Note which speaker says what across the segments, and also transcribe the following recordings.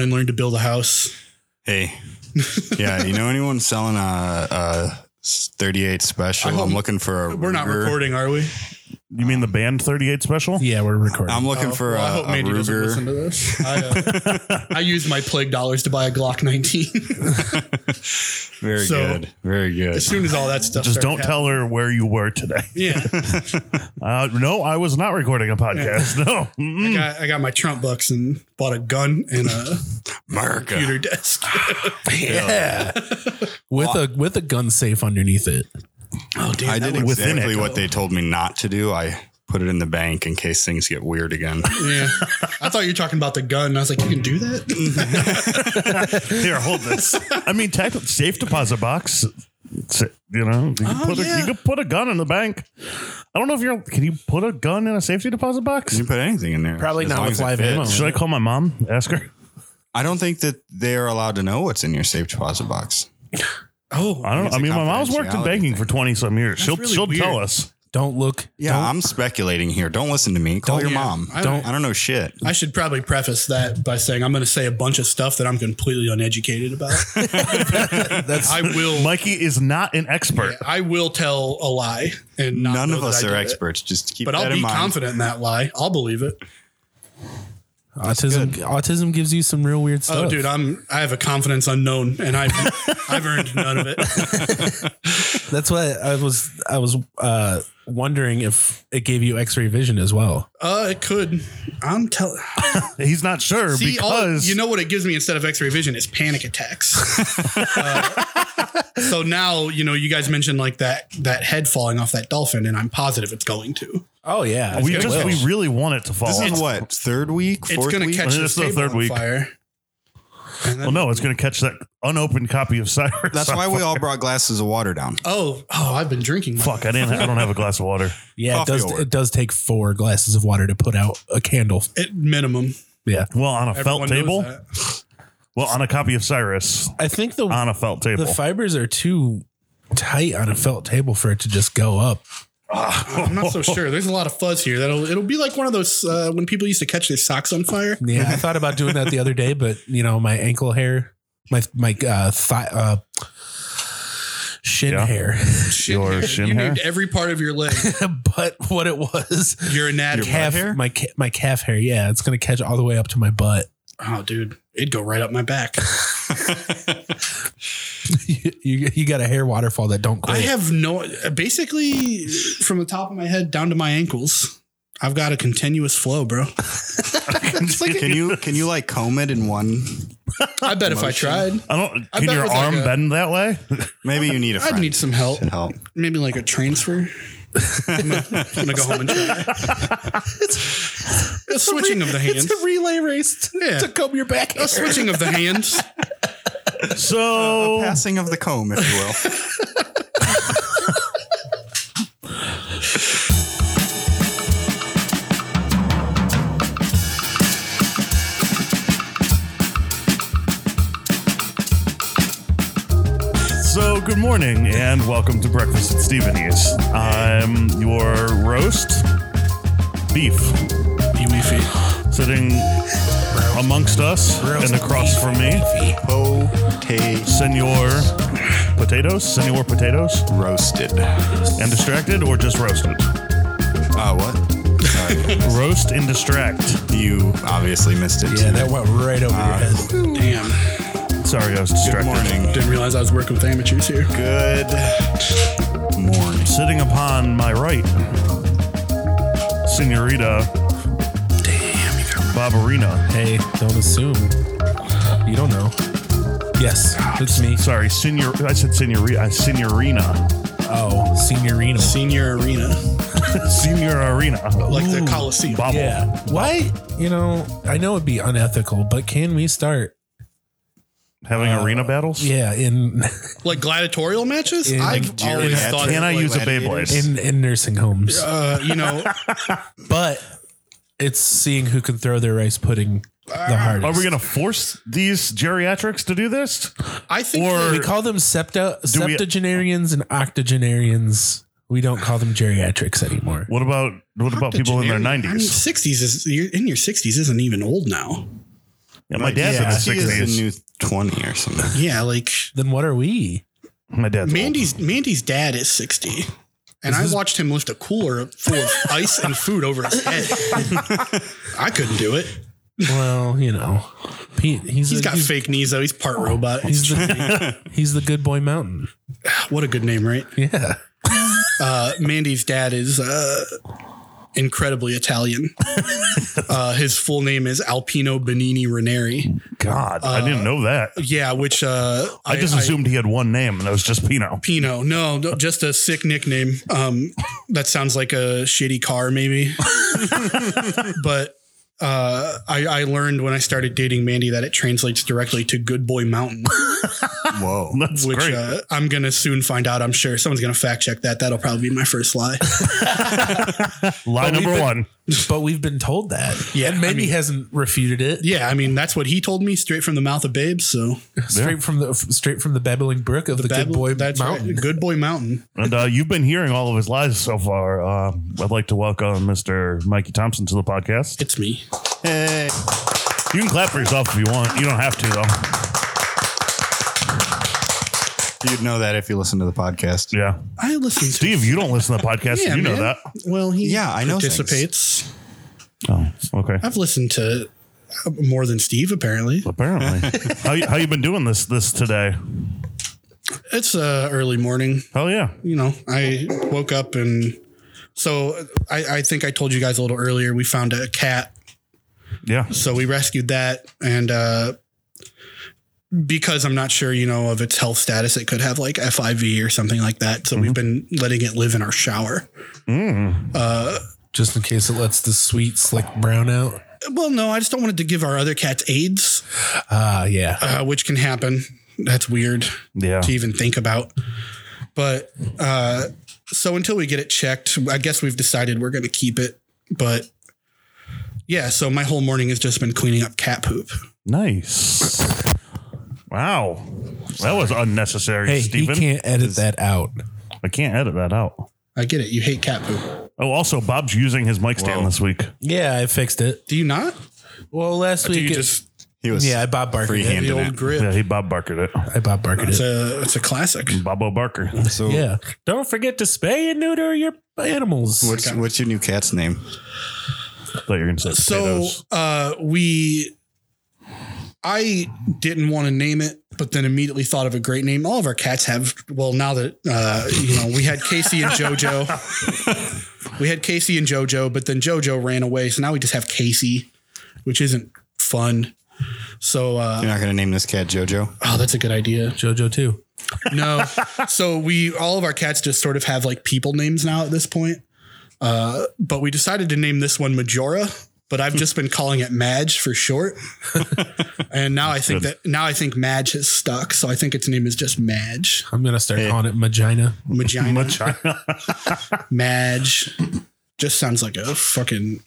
Speaker 1: and learn to build a house.
Speaker 2: Hey, yeah, you know anyone selling a, a 38
Speaker 1: I
Speaker 2: special?
Speaker 1: hope-
Speaker 2: I'm looking for a.
Speaker 1: We're not
Speaker 2: Ruger.
Speaker 1: recording, are we?
Speaker 3: You mean the band 38 special?
Speaker 1: Yeah, we're recording.
Speaker 2: I'm looking for
Speaker 1: Oh,
Speaker 2: uh,
Speaker 1: I
Speaker 2: a, a Ruger.
Speaker 1: to this. I, uh, I used my plague dollars to buy a Glock 19.
Speaker 2: Very
Speaker 1: So-
Speaker 2: good. Very good.
Speaker 1: as soon as all that stuff,
Speaker 3: Just
Speaker 1: started
Speaker 3: don't tell her where you were today.
Speaker 1: happening- Yeah,
Speaker 3: Uh, no, I was not recording a podcast. No. Mm-mm.
Speaker 1: I got, I got my Trump bucks and bought a gun and a
Speaker 2: America.
Speaker 1: computer desk.
Speaker 2: Yeah.
Speaker 4: with a with a gun safe underneath it.
Speaker 1: oh, dude,
Speaker 2: I
Speaker 1: that
Speaker 2: did
Speaker 1: would-
Speaker 3: within
Speaker 2: exactly
Speaker 3: it.
Speaker 2: what they told me not to do. I put it in the bank in case things get weird again.
Speaker 1: Yeah, I thought you were talking about the gun. and I was like, you can do that.
Speaker 3: Here, hold this. I mean, technically, safe deposit box. It's- You know, you, can
Speaker 1: Oh,
Speaker 3: put a,
Speaker 1: yeah.
Speaker 3: you could put a gun in the bank. I don't know if you're. Can you put a gun in a safety deposit box?
Speaker 2: You can put anything in there.
Speaker 4: Probably
Speaker 2: as
Speaker 4: not
Speaker 2: long
Speaker 4: with
Speaker 2: as it
Speaker 4: live
Speaker 2: fits.
Speaker 4: ammo.
Speaker 3: Should I call my mom? Ask her.
Speaker 2: I don't think that they are allowed to know what's in your safe deposit box.
Speaker 1: Oh,
Speaker 3: I don't.
Speaker 2: It's
Speaker 3: I
Speaker 2: a
Speaker 3: mean, my mom's worked in
Speaker 2: confidentiality
Speaker 3: banking
Speaker 2: thing.
Speaker 3: for twenty some years. she'll
Speaker 1: really
Speaker 3: she'll
Speaker 1: weird.
Speaker 3: tell us.
Speaker 4: Don't look.
Speaker 2: Yeah, I'm speculating here. Don't listen to me. Call your
Speaker 1: yeah.
Speaker 2: mom.
Speaker 1: I
Speaker 2: I
Speaker 1: don't-
Speaker 2: don't. I don't know shit.
Speaker 1: I should probably preface that by saying I'm going to say a bunch of stuff that I'm completely uneducated about.
Speaker 4: That's
Speaker 1: I will.
Speaker 3: Mikey is not an expert.
Speaker 1: I will tell a lie, and not
Speaker 2: None
Speaker 1: know
Speaker 2: of
Speaker 1: that
Speaker 2: us
Speaker 1: I
Speaker 2: are
Speaker 1: did it.
Speaker 2: experts. Just keep
Speaker 1: But
Speaker 2: that
Speaker 1: I'll
Speaker 2: in
Speaker 1: be
Speaker 2: mind.
Speaker 1: confident in that lie. I'll believe it.
Speaker 4: autism. Autism gives you some real weird stuff.
Speaker 1: Oh, dude, I'm I have a confidence unknown, and I've I've earned none of it.
Speaker 4: That's why I was I was uh, wondering if it gave you X-ray vision as well.
Speaker 1: Uh, it could. I'm telling.
Speaker 3: He's not sure
Speaker 1: See, all,
Speaker 3: because
Speaker 1: you know what it gives me instead of X-ray vision is panic attacks. Uh, so now you know you guys mentioned like that that head falling off that dolphin, and I'm positive it's going to.
Speaker 4: Oh yeah,
Speaker 3: we just we really want it to fall.
Speaker 2: This
Speaker 3: off.
Speaker 2: is what third week,
Speaker 1: It's
Speaker 2: fourth
Speaker 1: going to
Speaker 2: week.
Speaker 1: catch
Speaker 3: And
Speaker 1: the
Speaker 3: it's the
Speaker 1: table
Speaker 3: third
Speaker 1: on
Speaker 3: week.
Speaker 1: fire. And then-
Speaker 3: well, Oh, no, it's going to catch that unopened copy of Cyrus.
Speaker 2: That's why we all brought glasses of water down.
Speaker 1: Oh, oh, I've been drinking.
Speaker 3: Fuck! I didn't. I don't have a glass of water.
Speaker 4: yeah. It
Speaker 2: coffee
Speaker 4: does.
Speaker 2: or-
Speaker 4: It does take four glasses of water to put out a candle.
Speaker 1: At minimum,
Speaker 4: Yeah,
Speaker 3: Well, on a
Speaker 1: Everyone
Speaker 3: felt
Speaker 1: knows
Speaker 3: table.
Speaker 1: that.
Speaker 3: Well, on a copy of Cyrus
Speaker 4: I think the
Speaker 3: on a felt Ah, table.
Speaker 4: the fibers are too tight on a felt table for it to just go up.
Speaker 1: I'm not so sure. There's a lot of fuzz here. That'll it'll be like one of those uh, when people used to catch their socks on fire.
Speaker 4: Yeah, I thought about doing that the other day, but you know, my ankle hair, my my uh, thigh, uh, shin
Speaker 3: Yeah.
Speaker 4: hair.
Speaker 3: Your
Speaker 1: hair.
Speaker 3: shin
Speaker 1: you
Speaker 3: hair?
Speaker 1: named every part of your leg.
Speaker 4: but what it was,
Speaker 1: Your anatomy.
Speaker 4: calf
Speaker 2: hair?
Speaker 4: my ca- my calf hair. Yeah, it's gonna catch all the way up to my butt.
Speaker 1: Oh, dude, it'd go right up my back.
Speaker 4: you, you you got a hair waterfall that don't quit.
Speaker 1: I have no. Basically, from the top of my head down to my ankles, I've got a continuous flow, bro. It's like-
Speaker 2: Can you can you like comb it in one?
Speaker 1: I bet if I
Speaker 2: Motion.
Speaker 1: tried,
Speaker 3: I don't.
Speaker 1: I
Speaker 3: Can
Speaker 1: bet it
Speaker 3: your
Speaker 1: was like
Speaker 3: arm
Speaker 1: a-
Speaker 3: bend that way?
Speaker 2: Maybe you need a friend.
Speaker 1: I'd need some help.
Speaker 2: to help.
Speaker 1: Maybe like a transfer. I'm gonna, I'm gonna go home and try. A switching of the hands.
Speaker 4: relay race to,
Speaker 1: Yeah. to
Speaker 4: comb your back.
Speaker 1: A switching of the hands.
Speaker 3: So
Speaker 2: Passing of the comb, if you will.
Speaker 3: so good morning and welcome to breakfast at Stephenie's. I'm your roast beef
Speaker 1: You beefy.
Speaker 3: sitting amongst us and across from me,
Speaker 2: Potato
Speaker 3: Senor Potatoes, Senor Potatoes,
Speaker 2: roasted. Ah,
Speaker 3: and distracted or just roasted.
Speaker 2: Uh, what? Sorry.
Speaker 3: Roast and distract.
Speaker 2: you obviously missed it.
Speaker 4: Yeah, that went right over your head.
Speaker 1: Uh, Damn.
Speaker 3: Sorry, I was
Speaker 2: Good
Speaker 3: distracted.
Speaker 2: morning.
Speaker 1: Didn't realize I was working with amateurs here.
Speaker 2: Good morning.
Speaker 3: Sitting upon my right, Senorita
Speaker 1: Damn, you got
Speaker 3: Barbarina.
Speaker 4: Hey, don't assume. You don't know. Yes, it's me.
Speaker 3: Sorry, Senor. I said Senorita. I- Senorina.
Speaker 4: Oh, senior renal.
Speaker 1: senior arena,
Speaker 3: Senior Arena.
Speaker 1: like the
Speaker 4: Ooh.
Speaker 1: Coliseum.
Speaker 3: Bobble.
Speaker 4: Yeah. Why? You know, I know it'd be unethical, but can we start?
Speaker 3: Having arena battles?
Speaker 4: Yeah, in
Speaker 1: Like gladiatorial matches?
Speaker 4: Yeah,
Speaker 1: I've
Speaker 2: like deer
Speaker 1: always
Speaker 2: and
Speaker 1: thought
Speaker 3: Can
Speaker 1: it
Speaker 3: I
Speaker 1: was
Speaker 3: use a
Speaker 1: like-
Speaker 3: Beyblade?
Speaker 4: in in nursing homes,
Speaker 1: uh, you know,
Speaker 4: but it's seeing who can throw their rice pudding
Speaker 1: Ah.
Speaker 4: the hardest.
Speaker 3: Are we going to force these geriatrics to do this?
Speaker 1: I think
Speaker 3: Or-
Speaker 1: that-
Speaker 4: We call them septa
Speaker 3: Do we-
Speaker 4: septuagenarians and octogenarians. We don't call them geriatrics anymore.
Speaker 3: What about what about people in their
Speaker 1: I mean,
Speaker 3: nineties?
Speaker 1: 60s is you're in your 60s isn't even old now.
Speaker 3: Yeah, my dad's in
Speaker 2: yeah,
Speaker 3: his
Speaker 2: she is the
Speaker 3: sixties.
Speaker 2: new twenty or something.
Speaker 1: Yeah, like
Speaker 4: Then what are we?
Speaker 3: my dad's old.
Speaker 1: Mandy's Mandy's dad is sixty. And I watched him lift a cooler full of ice and food over his head. I couldn't do it.
Speaker 4: Well, you know, Pete. He's
Speaker 1: He's
Speaker 4: a-
Speaker 1: got
Speaker 4: he's,
Speaker 1: fake knees though. He's
Speaker 3: Oh,
Speaker 1: part robot.
Speaker 4: he's the he's the good boy mountain.
Speaker 1: what a good name, right?
Speaker 4: Yeah.
Speaker 1: Uh, Mandy's dad is uh, incredibly Italian. uh, his full name is Alpino Benini Ranieri.
Speaker 3: God, I didn't know that.
Speaker 1: Yeah, which uh,
Speaker 3: I just assumed he had one name, and that was just Pino.
Speaker 1: Pino. No, no, just a sick nickname. Um, that sounds like a shitty car, maybe. but uh, I, I learned when I started dating Mandy that it translates directly to Good Boy Mountain,
Speaker 2: Whoa.
Speaker 3: That's
Speaker 1: which
Speaker 3: great.
Speaker 1: uh, I'm going to soon find out. I'm sure someone's going to fact check that. That'll probably be my first lie.
Speaker 3: Lie
Speaker 4: but we've
Speaker 3: number
Speaker 4: been-
Speaker 3: one.
Speaker 4: But we've been told that.
Speaker 1: Yeah,
Speaker 4: And maybe
Speaker 1: I mean-
Speaker 4: hasn't refuted it
Speaker 1: yeah, I mean, that's what he told me straight from the mouth of babes. So,
Speaker 4: straight from the straight from the babbling brook of the, good
Speaker 1: Babel-
Speaker 4: boy
Speaker 1: that's right,
Speaker 4: mountain.
Speaker 1: Good Boy Mountain.
Speaker 3: And uh, you've been hearing all of his lies so far. Uh, I'd like to welcome Mr. Mikey Thompson to the podcast.
Speaker 1: It's me.
Speaker 2: Hey.
Speaker 3: You can clap for yourself if you want. You don't have to though.
Speaker 2: You'd know that if you listen to the podcast.
Speaker 3: Yeah,
Speaker 1: I listen to
Speaker 3: Steve, you don't listen to the podcast.
Speaker 1: Yeah,
Speaker 3: you know
Speaker 1: man.
Speaker 3: that.
Speaker 1: Well, he
Speaker 2: Yeah, I know things.
Speaker 1: participates.
Speaker 3: Oh, okay.
Speaker 1: I've listened to uh, more than Steve, apparily.
Speaker 3: Apparently, how you, how you been doing this this today?
Speaker 1: It's uh, early morning.
Speaker 3: Hell yeah!
Speaker 1: You know, I woke up and so I, I think I told you guys a little earlier. We found a cat,
Speaker 3: Yeah,
Speaker 1: so we rescued that, and uh, because I'm not sure, you know, of its health status, it could have like FIV or something like that. So we've been letting it live in our shower.
Speaker 4: Just in case it lets the sweet slick brown out.
Speaker 1: Well, no, I just don't want it to give our other cats AIDS,
Speaker 4: Ah, yeah.
Speaker 1: uh, which can happen. That's weird.
Speaker 3: yeah.
Speaker 1: to even think about. But uh, so until we get it checked, I guess we've decided we're going to keep it. But yeah, so my whole morning has just been cleaning up cat poop.
Speaker 3: Nice. Wow, that was unnecessary,
Speaker 4: Hey,
Speaker 3: Steven.
Speaker 4: he can't edit that out.
Speaker 3: I can't edit that out.
Speaker 1: I get it. You hate cat poop.
Speaker 3: Oh, also, Bob's using his mic stand
Speaker 2: Whoa.
Speaker 3: this week.
Speaker 4: Yeah, I fixed it.
Speaker 1: Do you not?
Speaker 4: Well, last
Speaker 1: Do
Speaker 4: week,
Speaker 1: you
Speaker 4: it-
Speaker 1: just
Speaker 2: He was
Speaker 4: yeah, I Bob Barker.
Speaker 2: freehand.
Speaker 1: the
Speaker 2: Handing
Speaker 1: old
Speaker 2: it.
Speaker 1: grip?
Speaker 3: Yeah, he Bob Barkered it.
Speaker 4: I Bob Barker.
Speaker 1: It's
Speaker 4: It.
Speaker 1: a it's a classic.
Speaker 3: Bobo Barker.
Speaker 2: So
Speaker 4: Yeah. Don't forget to spay and neuter your animals.
Speaker 2: what's what's your new cat's name?
Speaker 3: thought you were going to say
Speaker 1: So
Speaker 3: potatoes.
Speaker 1: uh, we, I didn't want to name it, but then immediately thought of a great name. All of our cats have. Well, now that uh, you know, we had Casey and JoJo. we had Casey and JoJo, but then JoJo ran away, so now we just have Casey, which isn't fun. So, uh,
Speaker 2: You're not gonna name this cat Jojo.
Speaker 1: oh, that's a good idea.
Speaker 4: Jojo too.
Speaker 1: No, so we all of our cats just sort of have like people names now at this point. Uh, but we decided to name this one Majora, but I've just been calling it Madge for short. and now I think
Speaker 3: good.
Speaker 1: that now I think Madge has stuck, so I think its name is just Madge,
Speaker 4: I'm gonna start calling it Magina.
Speaker 1: Magina,
Speaker 3: Machina.
Speaker 1: Madge. Just sounds like a fucking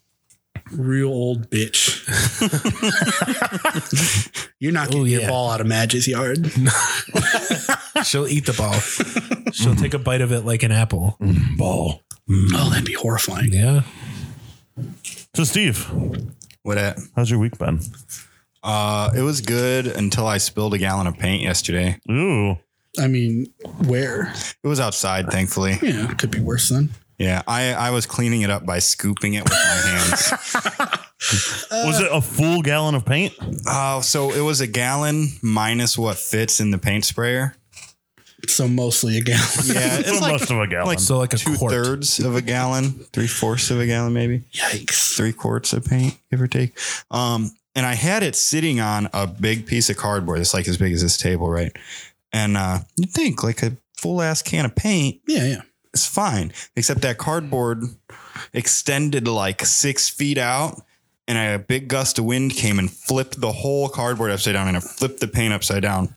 Speaker 1: real old bitch. You're not getting
Speaker 4: Ooh,
Speaker 1: your
Speaker 4: yeah.
Speaker 1: ball out of Madge's yard.
Speaker 4: She'll eat the ball. She'll take a bite of it like an apple. Ball.
Speaker 1: Oh, that'd be horrifying.
Speaker 4: Yeah.
Speaker 3: so, Steve,
Speaker 2: What at?
Speaker 3: how's your week been?
Speaker 2: Uh, it was good until I spilled a gallon of paint yesterday.
Speaker 3: Ooh.
Speaker 1: I mean, where?
Speaker 2: It was outside, thankfully.
Speaker 1: Yeah, it could be worse than.
Speaker 2: Yeah, I, I was cleaning it up by scooping it with my hands.
Speaker 3: was it a full gallon of paint?
Speaker 2: Uh, so it was a gallon minus what fits in the paint sprayer.
Speaker 1: So mostly a gallon.
Speaker 2: Yeah,
Speaker 3: It's
Speaker 2: it's like
Speaker 3: most of a gallon.
Speaker 2: like
Speaker 4: So like a
Speaker 2: two
Speaker 4: quart.
Speaker 2: thirds of a gallon, three fourths of a gallon, maybe
Speaker 1: Yikes.
Speaker 2: three quarts of paint, give or take. Um, and I had it sitting on a big piece of cardboard. It's like as big as this table, right? And uh, you'd think like a full ass can of paint
Speaker 1: Yeah, yeah.
Speaker 2: is fine, except that cardboard extended like six feet out. And a big gust of wind came and flipped the whole cardboard upside down and it flipped the paint upside down.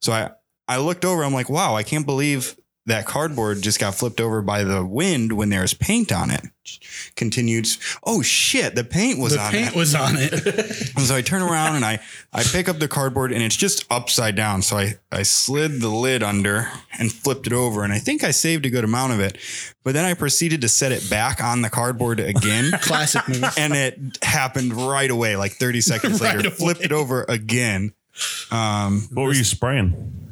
Speaker 2: So I, I looked over, I'm like, wow, I can't believe that cardboard just got flipped over by the wind when there was paint on it. Continued. Oh shit! The paint was
Speaker 1: the
Speaker 2: on
Speaker 1: paint
Speaker 2: it.
Speaker 1: was on it.
Speaker 2: And so I turn around and I I pick up the cardboard and it's just upside down. So I I slid the lid under and flipped it over and I think I saved a good amount of it. But then I proceeded to set it back on the cardboard again.
Speaker 1: Classic move.
Speaker 2: and it happened right away, like 30 seconds later.
Speaker 1: Right away.
Speaker 2: Flipped it over again. Um,
Speaker 3: What were you spraying?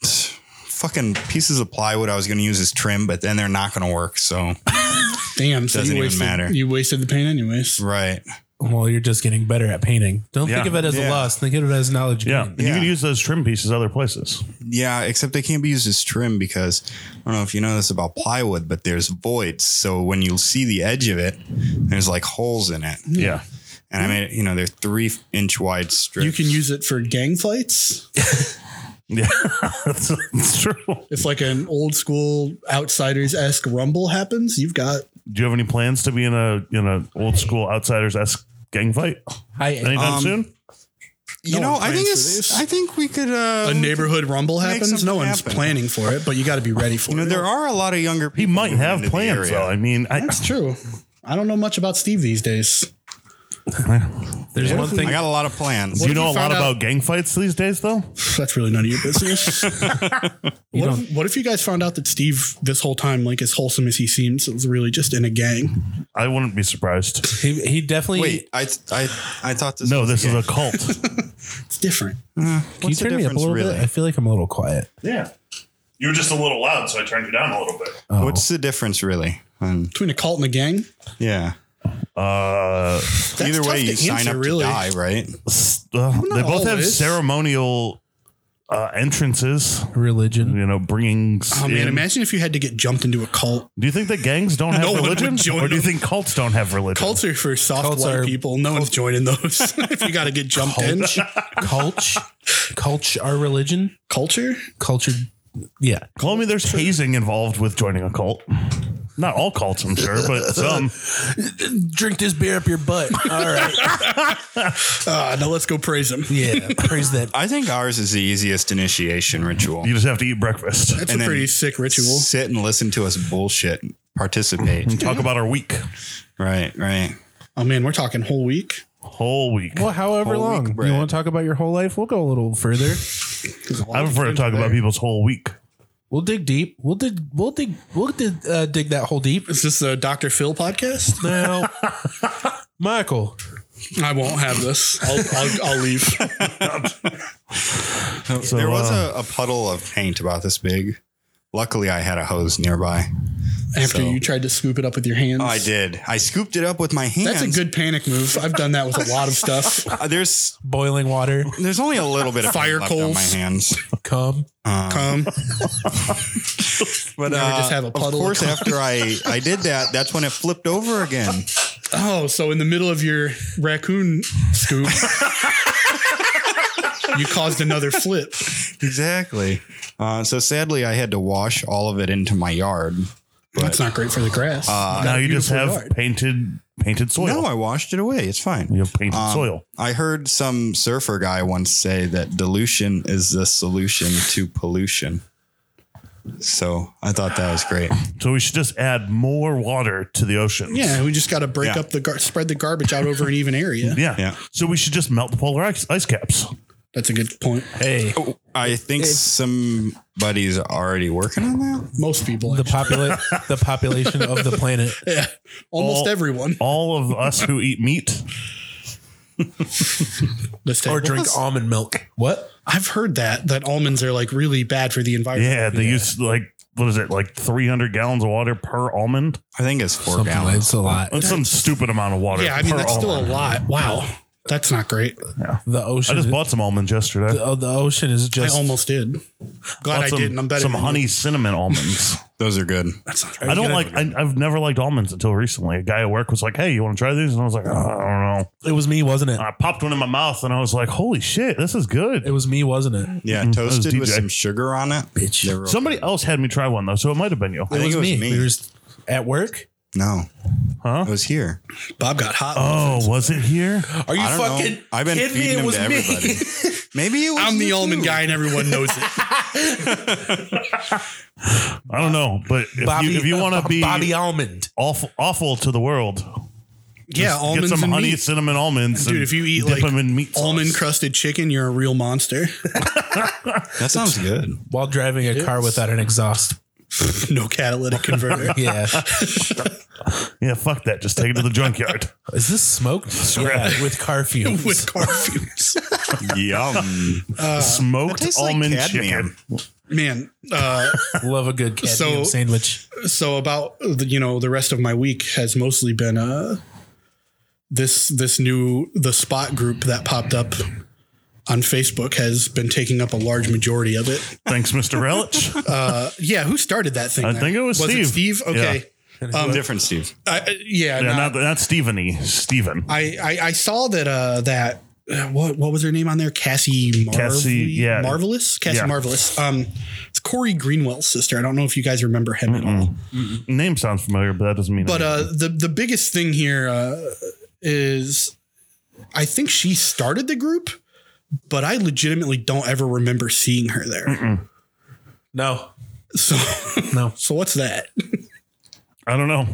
Speaker 2: fucking pieces of plywood I was going to use as trim, but then they're not going to work. So
Speaker 1: Damn, so
Speaker 2: Doesn't
Speaker 1: you
Speaker 2: even
Speaker 1: wasted,
Speaker 2: matter.
Speaker 1: You wasted the paint anyways.
Speaker 2: right,
Speaker 4: Well, you're just getting better at painting. Don't
Speaker 3: Yeah.
Speaker 4: think of it as
Speaker 2: Yeah.
Speaker 4: a loss. Think of it as knowledge.
Speaker 3: Yeah.
Speaker 4: gained.
Speaker 3: And you
Speaker 2: Yeah.
Speaker 3: can use those trim pieces other places.
Speaker 2: yeah. Except they can't be used as trim because I don't know if you know this about plywood, but there's voids. So when you see the edge of it, there's like holes in it.
Speaker 3: Yeah.
Speaker 2: And I mean, you know, they're three inch wide strips.
Speaker 1: You can use it for gang fights.
Speaker 3: Yeah. that's, that's true.
Speaker 1: If like an old school outsiders esque rumble happens, you've got
Speaker 3: Do you have any plans to be in a in an old school outsiders esque gang fight
Speaker 4: I,
Speaker 3: anytime
Speaker 2: Um,
Speaker 3: soon?
Speaker 2: you
Speaker 1: no
Speaker 2: know,
Speaker 1: one
Speaker 2: I think
Speaker 1: plans for
Speaker 2: it's,
Speaker 1: this.
Speaker 2: I think we could, uh,
Speaker 1: a neighborhood rumble
Speaker 2: make
Speaker 1: happens.
Speaker 2: something
Speaker 1: No one's
Speaker 2: happen.
Speaker 1: planning for it, but you got to be ready for
Speaker 2: you know,
Speaker 1: it.
Speaker 2: there are a lot of younger people.
Speaker 3: He might
Speaker 2: moving
Speaker 3: have
Speaker 2: into the
Speaker 3: plans
Speaker 2: area.
Speaker 3: though. I mean, I,
Speaker 1: That's true. I don't know much about Steve these days.
Speaker 4: there's
Speaker 1: What
Speaker 4: one
Speaker 1: if we-
Speaker 4: thing.
Speaker 2: I got a lot of plans.
Speaker 3: do you
Speaker 1: if
Speaker 3: know
Speaker 1: you
Speaker 3: a lot
Speaker 1: found out-
Speaker 3: about gang fights these days though?
Speaker 1: That's really none of your business.
Speaker 4: You
Speaker 1: what, if, what if you guys found out that Steve, this whole time, like as wholesome as he seems, was really just in a gang?
Speaker 3: I wouldn't be surprised.
Speaker 4: He, he definitely.
Speaker 2: Wait, I, I, I thought this.
Speaker 3: No,
Speaker 2: was
Speaker 3: this
Speaker 2: a
Speaker 3: is
Speaker 2: game.
Speaker 3: a cult.
Speaker 1: It's different.
Speaker 4: can you
Speaker 2: the
Speaker 4: turn me up a
Speaker 2: difference,
Speaker 4: little
Speaker 2: really?
Speaker 4: bit? I feel like I'm a little quiet.
Speaker 3: yeah. You were just a little loud, so I turned you down a little bit.
Speaker 4: Oh.
Speaker 2: What's the difference, really? Um,
Speaker 1: Between a cult and a gang?
Speaker 2: yeah.
Speaker 3: Uh,
Speaker 1: That's
Speaker 2: Either
Speaker 1: tough
Speaker 2: way, you
Speaker 1: to
Speaker 2: sign
Speaker 1: answer,
Speaker 2: up
Speaker 1: really.
Speaker 2: to die, right?
Speaker 3: s- uh,
Speaker 1: not
Speaker 3: they both have
Speaker 1: always.
Speaker 3: ceremonial uh, entrances.
Speaker 4: religion?
Speaker 3: You know, bringing.
Speaker 1: Oh, man,
Speaker 3: in-
Speaker 1: imagine if you had to get jumped into a cult.
Speaker 3: Do you think that gangs don't have
Speaker 1: No one would
Speaker 3: religion,
Speaker 1: join
Speaker 3: or do you
Speaker 1: them.
Speaker 3: think cults don't have religion?
Speaker 1: Cults are for soft
Speaker 4: Cults
Speaker 1: white
Speaker 4: are-
Speaker 1: people. No one's joining those. if you got to get jumped in,
Speaker 4: Culture, culture, culture, our religion,
Speaker 1: culture.
Speaker 4: culture. Yeah,
Speaker 3: Call me. There's hazing involved with joining a cult. Not all cults, I'm sure, but some.
Speaker 4: drink this beer up your butt. All right,
Speaker 1: Ah, now let's go praise him.
Speaker 4: yeah, praise that.
Speaker 2: I think ours is the easiest initiation ritual.
Speaker 3: You just have to eat breakfast.
Speaker 1: That's
Speaker 2: And
Speaker 1: a
Speaker 2: then-
Speaker 1: pretty sick ritual.
Speaker 2: Sit and listen to us bullshit. Participate.
Speaker 3: Talk about our week,
Speaker 2: right, right.
Speaker 1: Oh man, we're talking whole week.
Speaker 3: whole week.
Speaker 4: Well, however
Speaker 2: Whole week
Speaker 4: long
Speaker 2: bread.
Speaker 4: you want to talk about your whole life, we'll go a little further.
Speaker 3: I prefer to talk about people's whole week.
Speaker 4: We'll dig deep. We'll dig. We'll dig. We'll dig, uh, dig that hole deep.
Speaker 1: Is this a Dr. Phil podcast?
Speaker 4: Now, Michael,
Speaker 1: I won't have this. I'll, I'll, I'll leave.
Speaker 3: So,
Speaker 2: there was
Speaker 3: uh,
Speaker 2: a, a puddle of paint about this big. Luckily, I had a hose nearby.
Speaker 1: After
Speaker 2: So-
Speaker 1: you tried to scoop it up with your hands.
Speaker 2: Oh, I did. I scooped it up with my hands.
Speaker 1: That's a good panic move. I've done that with a lot of stuff.
Speaker 2: Uh, there's
Speaker 4: boiling water,
Speaker 2: there's only a little bit of
Speaker 1: Fire
Speaker 2: paint left on my
Speaker 1: coals.
Speaker 2: hands.
Speaker 4: come.
Speaker 1: Come.
Speaker 2: But
Speaker 1: Never just have a puddle
Speaker 2: uh, Of
Speaker 1: of
Speaker 2: course, after I I did that, that's when it flipped over again.
Speaker 1: Oh, so in the middle of your raccoon scoop, you caused another flip.
Speaker 2: Exactly. Uh, so sadly, I had to wash all of it into my yard.
Speaker 1: That's not great for the grass.
Speaker 3: now you just
Speaker 1: beautiful
Speaker 3: have
Speaker 1: yard.
Speaker 3: painted painted soil.
Speaker 2: No, I washed it away. It's fine.
Speaker 3: you have painted
Speaker 2: Um,
Speaker 3: soil.
Speaker 2: I heard some surfer guy once say that dilution is the solution to pollution. So I thought that was great.
Speaker 3: So we should just add more water to the ocean.
Speaker 1: yeah, we just got to break
Speaker 2: Yeah.
Speaker 1: up the gar- spread the garbage out over an even area.
Speaker 3: Yeah.
Speaker 2: Yeah.
Speaker 3: So we should just melt the polar ice, ice caps.
Speaker 1: That's a good point.
Speaker 4: Hey,
Speaker 2: I think somebody's already working on that.
Speaker 1: Most people,
Speaker 4: the
Speaker 1: actually.
Speaker 4: popula- the population of the planet.
Speaker 1: yeah, almost
Speaker 3: All-
Speaker 1: everyone.
Speaker 3: All of us who eat meat.
Speaker 1: This table.
Speaker 4: or drink almond milk. What?
Speaker 1: I've heard that that almonds are like really bad for the environment.
Speaker 3: Yeah. They use like, what is it, like 300 gallons of water per almond?
Speaker 2: I think it's four
Speaker 4: Something like
Speaker 2: gallons.
Speaker 4: that's a lot.
Speaker 3: That's some stupid amount of water.
Speaker 1: Yeah, I mean
Speaker 3: per
Speaker 1: that's still a
Speaker 3: almond.
Speaker 1: lot. Wow, that's not great.
Speaker 4: The
Speaker 3: I
Speaker 4: ocean.
Speaker 3: just bought some almonds yesterday.
Speaker 4: the, oh, the ocean is
Speaker 1: I
Speaker 4: just.
Speaker 1: almost did. Glad
Speaker 3: Bought
Speaker 1: I
Speaker 3: some,
Speaker 1: didn't. I'm better.
Speaker 3: Some
Speaker 1: than
Speaker 3: honey
Speaker 1: you.
Speaker 3: cinnamon almonds.
Speaker 2: Those are good.
Speaker 1: That's not
Speaker 3: I don't like. I, I've never liked almonds until recently. A guy at work was like, "Hey, you want to try these?" And I was like, "Oh, "I don't know."
Speaker 4: It was me, wasn't it?
Speaker 3: And I popped one in my mouth, and I was like, "Holy shit, this is good."
Speaker 4: It was me, wasn't it?
Speaker 2: Yeah,
Speaker 3: Mm, that was
Speaker 2: toasted with
Speaker 3: DJ.
Speaker 2: some sugar on it.
Speaker 4: Bitch.
Speaker 2: They're real
Speaker 3: Somebody
Speaker 2: good.
Speaker 3: else had me try one though, so it might have been you.
Speaker 2: I think it was me.
Speaker 4: We were s- at work.
Speaker 2: No,
Speaker 3: Huh?
Speaker 2: it was here.
Speaker 1: Bob got hot.
Speaker 3: Oh, was it here?
Speaker 4: Are you
Speaker 2: I don't
Speaker 4: fucking?
Speaker 2: know. I've been
Speaker 4: kidding
Speaker 2: feeding
Speaker 4: me? It
Speaker 2: them
Speaker 4: was
Speaker 2: to
Speaker 4: me.
Speaker 2: everybody. Maybe it was
Speaker 1: I'm the
Speaker 2: you
Speaker 1: almond
Speaker 2: too.
Speaker 1: guy, and everyone knows it.
Speaker 3: I don't know, but if
Speaker 4: Bobby, uh,
Speaker 3: you, if you want to be
Speaker 4: Bobby Almond,
Speaker 3: awful, awful to the world,
Speaker 1: yeah, almonds
Speaker 3: get some
Speaker 1: and
Speaker 3: honey,
Speaker 1: meat.
Speaker 3: cinnamon almonds.
Speaker 1: Dude,
Speaker 3: and
Speaker 1: if you eat
Speaker 3: dip
Speaker 1: like
Speaker 3: them in meat sauce.
Speaker 1: almond crusted chicken, you're a real monster.
Speaker 2: That sounds good.
Speaker 4: while driving a car without an exhaust.
Speaker 1: no catalytic converter.
Speaker 4: Yeah,
Speaker 3: yeah, fuck that. Just take it to the junkyard.
Speaker 4: is this smoked? Yeah, with car fumes.
Speaker 1: With car fumes,
Speaker 2: Yum.
Speaker 1: Uh,
Speaker 3: Smoked
Speaker 2: tastes like
Speaker 3: almond
Speaker 2: cadmium.
Speaker 3: chicken.
Speaker 1: man. Uh,
Speaker 4: Love a good cadmium
Speaker 1: So-
Speaker 4: sandwich.
Speaker 1: so about you know the rest of my week has mostly been uh this this new the spot group that popped up on Facebook has been taking up a large majority of it.
Speaker 3: Thanks, Mr. Relich.
Speaker 1: Yeah, who started that thing?
Speaker 3: I
Speaker 1: there?
Speaker 3: think it was
Speaker 1: It
Speaker 3: Steve.
Speaker 1: Steve. Okay.
Speaker 2: Um, Different, Steve.
Speaker 1: I- I- yeah.
Speaker 3: yeah,
Speaker 1: nah.
Speaker 3: not, not Stephenie. Steven.
Speaker 1: I, I I saw that uh that uh, what what was her name on there? Cassie Marv-
Speaker 3: Cassie, yeah.
Speaker 1: Marvelous? Cassie
Speaker 3: Yeah.
Speaker 1: Marvelous. Um it's Corey Greenwell's sister. I don't know if you guys remember him at all.
Speaker 3: Name sounds familiar, but that doesn't mean.
Speaker 1: But
Speaker 3: anything.
Speaker 1: uh, the the biggest thing here uh, is, I think she started the group, but I legitimately don't ever remember seeing her there.
Speaker 4: No,
Speaker 1: So
Speaker 4: no.
Speaker 1: so what's that? uh,
Speaker 3: I don't know.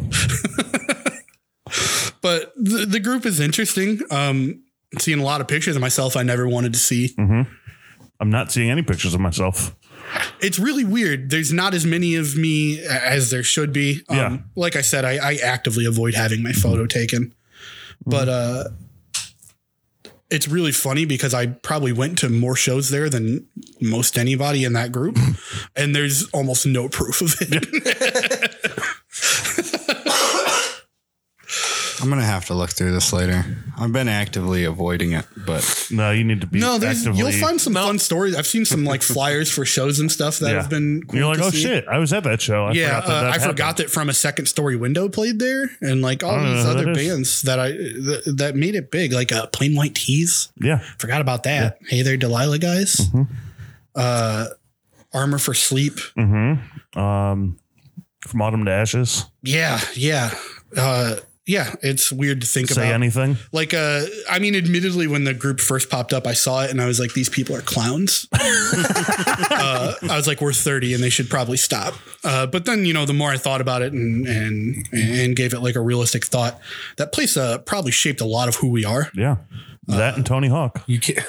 Speaker 1: But the, the group is interesting. Um, seeing a lot of pictures of myself I never wanted to see.
Speaker 3: I'm not seeing any pictures of myself.
Speaker 1: It's really weird. There's not as many of me a- as there should be. Um,
Speaker 3: Yeah. Mm-hmm.
Speaker 1: Like I said, I, I actively avoid having my photo taken. But uh, it's really funny because I probably went to more shows there than most anybody in that group. and there's almost no proof of it.
Speaker 2: I'm gonna have to look through this later. I've been actively avoiding it, but
Speaker 3: No, you need to be.
Speaker 1: no, there's,
Speaker 3: actively,
Speaker 1: you'll find some fun stories. I've seen some like flyers for shows and stuff that
Speaker 3: Yeah.
Speaker 1: have been cool
Speaker 3: You're like,
Speaker 1: to
Speaker 3: oh
Speaker 1: see.
Speaker 3: shit! I was at that show. I
Speaker 1: yeah,
Speaker 3: forgot that,
Speaker 1: uh,
Speaker 3: that
Speaker 1: I
Speaker 3: happened."
Speaker 1: forgot that from a second story window played there, and like all
Speaker 3: I don't
Speaker 1: these
Speaker 3: know who
Speaker 1: other
Speaker 3: that is.
Speaker 1: bands that I th- that made it big, like uh, Plain White Tees.
Speaker 3: Yeah,
Speaker 1: Forgot about that. Hey there, Delilah guys. Uh, Armor for Sleep.
Speaker 3: Mm-hmm. Um, from autumn to ashes.
Speaker 1: Yeah, yeah, uh, yeah. It's weird to think
Speaker 3: Say
Speaker 1: about.
Speaker 3: anything.
Speaker 1: like, uh, I mean, admittedly, when the group first popped up, I saw it and I was like, these people are clowns. uh, I was like, we're 30 and they should probably stop. Uh, but then, you know, the more I thought about it and, and, and gave it like a realistic thought, that place, uh, probably shaped a lot of who we are
Speaker 3: Yeah, that and Tony Hawk.
Speaker 4: You can't.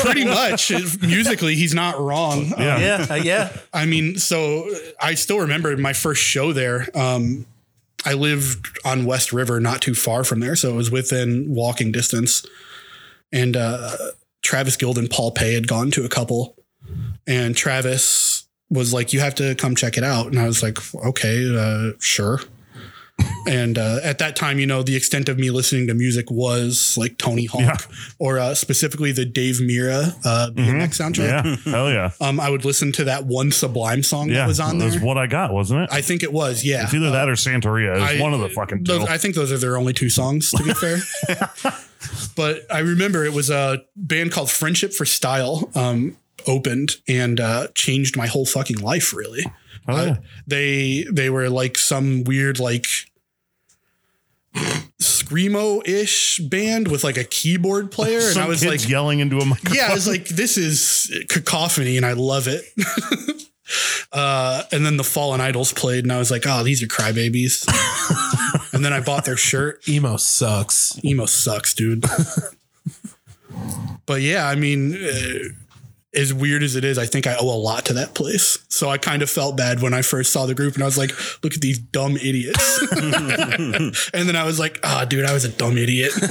Speaker 1: pretty much musically. He's not wrong.
Speaker 3: Yeah,
Speaker 4: yeah, yeah.
Speaker 1: I mean, so I still remember my first show there. Um, I lived on West River, not too far from there, so it was within walking distance. And uh, Travis Guild and Paul Pay had gone to a couple, and Travis was like, "You have to come check it out," and I was like, "Okay, uh, sure." and uh, at that time, you know, the extent of me listening to music was like Tony Hawk or uh, specifically the Dave Mira uh, BMX soundtrack.
Speaker 3: yeah, hell yeah.
Speaker 1: Um, I would listen to that one Sublime song
Speaker 3: Yeah,
Speaker 1: that was on there.
Speaker 3: That's what I got, wasn't it?
Speaker 1: I think it was, yeah.
Speaker 3: it's either that or Santeria. It's
Speaker 1: I-
Speaker 3: one of the fucking two.
Speaker 1: Those, I think those are their only two songs, to be fair. but I remember it was a band called Friendship for Style um, opened and uh, changed my whole fucking life, really.
Speaker 3: oh, yeah.
Speaker 1: Uh, they they were like some weird like screamo ish band with like a keyboard player, and
Speaker 3: Some
Speaker 1: I was
Speaker 3: kids
Speaker 1: like,
Speaker 3: yelling into a microphone.
Speaker 1: yeah, I was like, this is cacophony and I love it. uh, and then the Fallen Idols played and I was like, oh, these are crybabies. and then I bought their shirt.
Speaker 4: Emo sucks.
Speaker 1: Emo sucks, dude. but yeah, I mean, uh, as weird as it is, I think I owe a lot to that place. So I kind of felt bad when I first saw the group and I was like, look at these dumb idiots. and then I was like, ah, dude, I was a dumb idiot.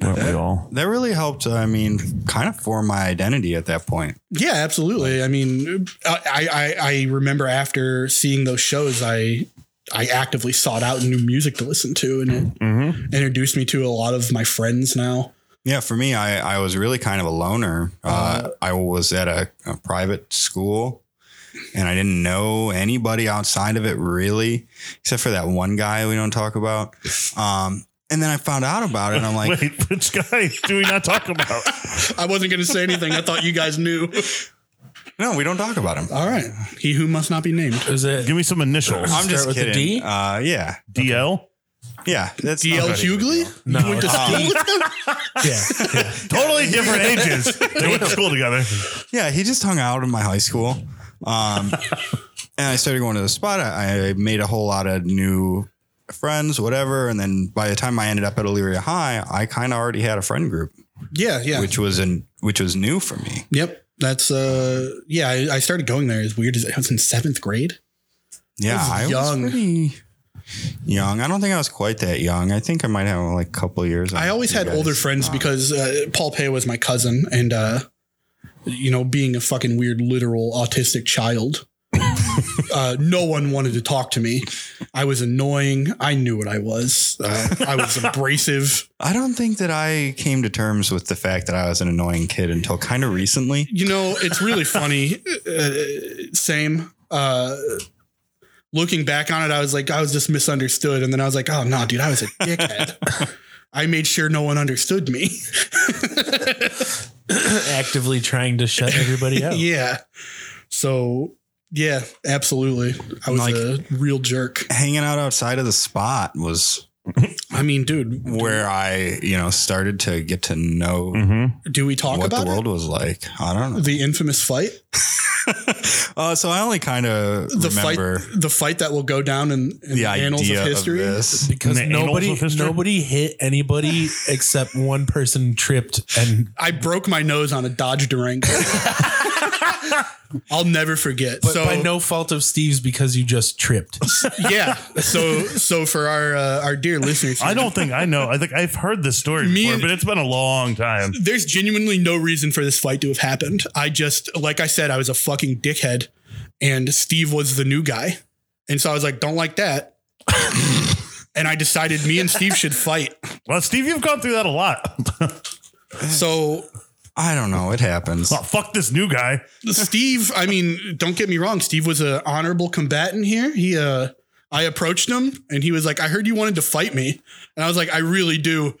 Speaker 3: Weren't we all?
Speaker 2: that really helped. I mean, kind of form my identity at that point.
Speaker 1: Yeah, absolutely. I mean, I, I I remember after seeing those shows, I I actively sought out new music to listen to, and it
Speaker 3: Mm-hmm.
Speaker 1: introduced me to a lot of my friends now.
Speaker 2: Yeah, for me, I, I was really kind of a loner. Uh, I was at a, a private school and I didn't know anybody outside of it really, except for that one guy we don't talk about. Um, and then I found out about it and I'm like,
Speaker 3: Wait, which guy do we not talk about?
Speaker 1: I wasn't going to say anything. I thought you guys knew.
Speaker 2: no, we don't talk about him.
Speaker 1: All right, he who must not be named.
Speaker 4: Is it?
Speaker 3: Give me some initials.
Speaker 2: I'm just
Speaker 4: with a
Speaker 2: kidding.
Speaker 4: D?
Speaker 2: Uh, yeah.
Speaker 3: DL.
Speaker 2: Yeah. That's
Speaker 1: DL
Speaker 2: not-
Speaker 1: Hughley.
Speaker 4: No,
Speaker 1: You went to
Speaker 4: it's
Speaker 1: school
Speaker 4: D.
Speaker 1: with him?
Speaker 4: Yeah,
Speaker 3: Totally different ages. They went to school together.
Speaker 2: Yeah, he just hung out in my high school. Um, and I started going to the spot. I, I made a whole lot of new friends, whatever. And then by the time I ended up at Elyria High, I kind of already had a friend group,
Speaker 1: Yeah, yeah.
Speaker 2: which was an which was new for me.
Speaker 1: yep. That's uh yeah, I, I started going there as weird as I was in seventh grade.
Speaker 2: Yeah,
Speaker 1: was
Speaker 2: I
Speaker 1: young.
Speaker 2: was pretty young. I don't think I was quite that young. I think I might have like a couple years.
Speaker 1: I
Speaker 2: on
Speaker 1: always
Speaker 2: you
Speaker 1: had
Speaker 2: guys.
Speaker 1: older friends
Speaker 2: Uh,
Speaker 1: because uh, Paul Pay was my cousin, and uh, you know, being a fucking weird, literal autistic child, uh, no one wanted to talk to me. I was annoying. I knew what I was. Uh, I was abrasive.
Speaker 2: I don't think that I came to terms with the fact that I was an annoying kid until kind of recently.
Speaker 1: You know, it's really funny. Uh, same. Uh, looking back on it, I was like, I was just misunderstood, and then I was like, oh no, dude, I was a dickhead. I made sure no one understood me.
Speaker 4: Actively trying to shut everybody out.
Speaker 1: Yeah. So yeah, absolutely. I was
Speaker 2: Like-
Speaker 1: a real jerk.
Speaker 2: Hanging out outside of the spot was
Speaker 1: I mean, dude,
Speaker 2: where I, you know, started to get to know
Speaker 3: Mm-hmm.
Speaker 1: do we talk
Speaker 2: what
Speaker 1: about
Speaker 2: the
Speaker 1: it?
Speaker 2: world was like. I don't know.
Speaker 1: the infamous fight?
Speaker 2: Uh, so I only kind of
Speaker 1: The
Speaker 2: remember
Speaker 1: fight the fight that will go down in, in
Speaker 2: the,
Speaker 1: the
Speaker 2: idea
Speaker 1: annals of
Speaker 2: of,
Speaker 1: history.
Speaker 2: this.
Speaker 4: Because
Speaker 3: In the annals
Speaker 4: nobody
Speaker 3: of history?
Speaker 4: nobody hit anybody except one person tripped and
Speaker 1: I broke my nose on a Dodge Durango. I'll never forget.
Speaker 4: but
Speaker 1: so
Speaker 4: by no fault of Steve's because you just tripped.
Speaker 1: yeah, so so for our uh, our dear listeners,
Speaker 3: I don't think I know. I think I've heard this story
Speaker 1: Me
Speaker 3: before,
Speaker 1: and-
Speaker 3: but it's been a long time.
Speaker 1: there's genuinely no reason for this fight to have happened. I just, like I said, I was a fucking dickhead, and Steve was the new guy, and so I was like, don't like that, and I decided me and Steve should fight.
Speaker 3: Well, Steve, you've gone through that a lot.
Speaker 1: So
Speaker 2: I don't know. It happens.
Speaker 3: Oh, fuck this new guy.
Speaker 1: Steve, I mean, don't get me wrong, Steve was an honorable combatant here. He, uh, I approached him, and he was like, I heard you wanted to fight me, and I was like, I really do,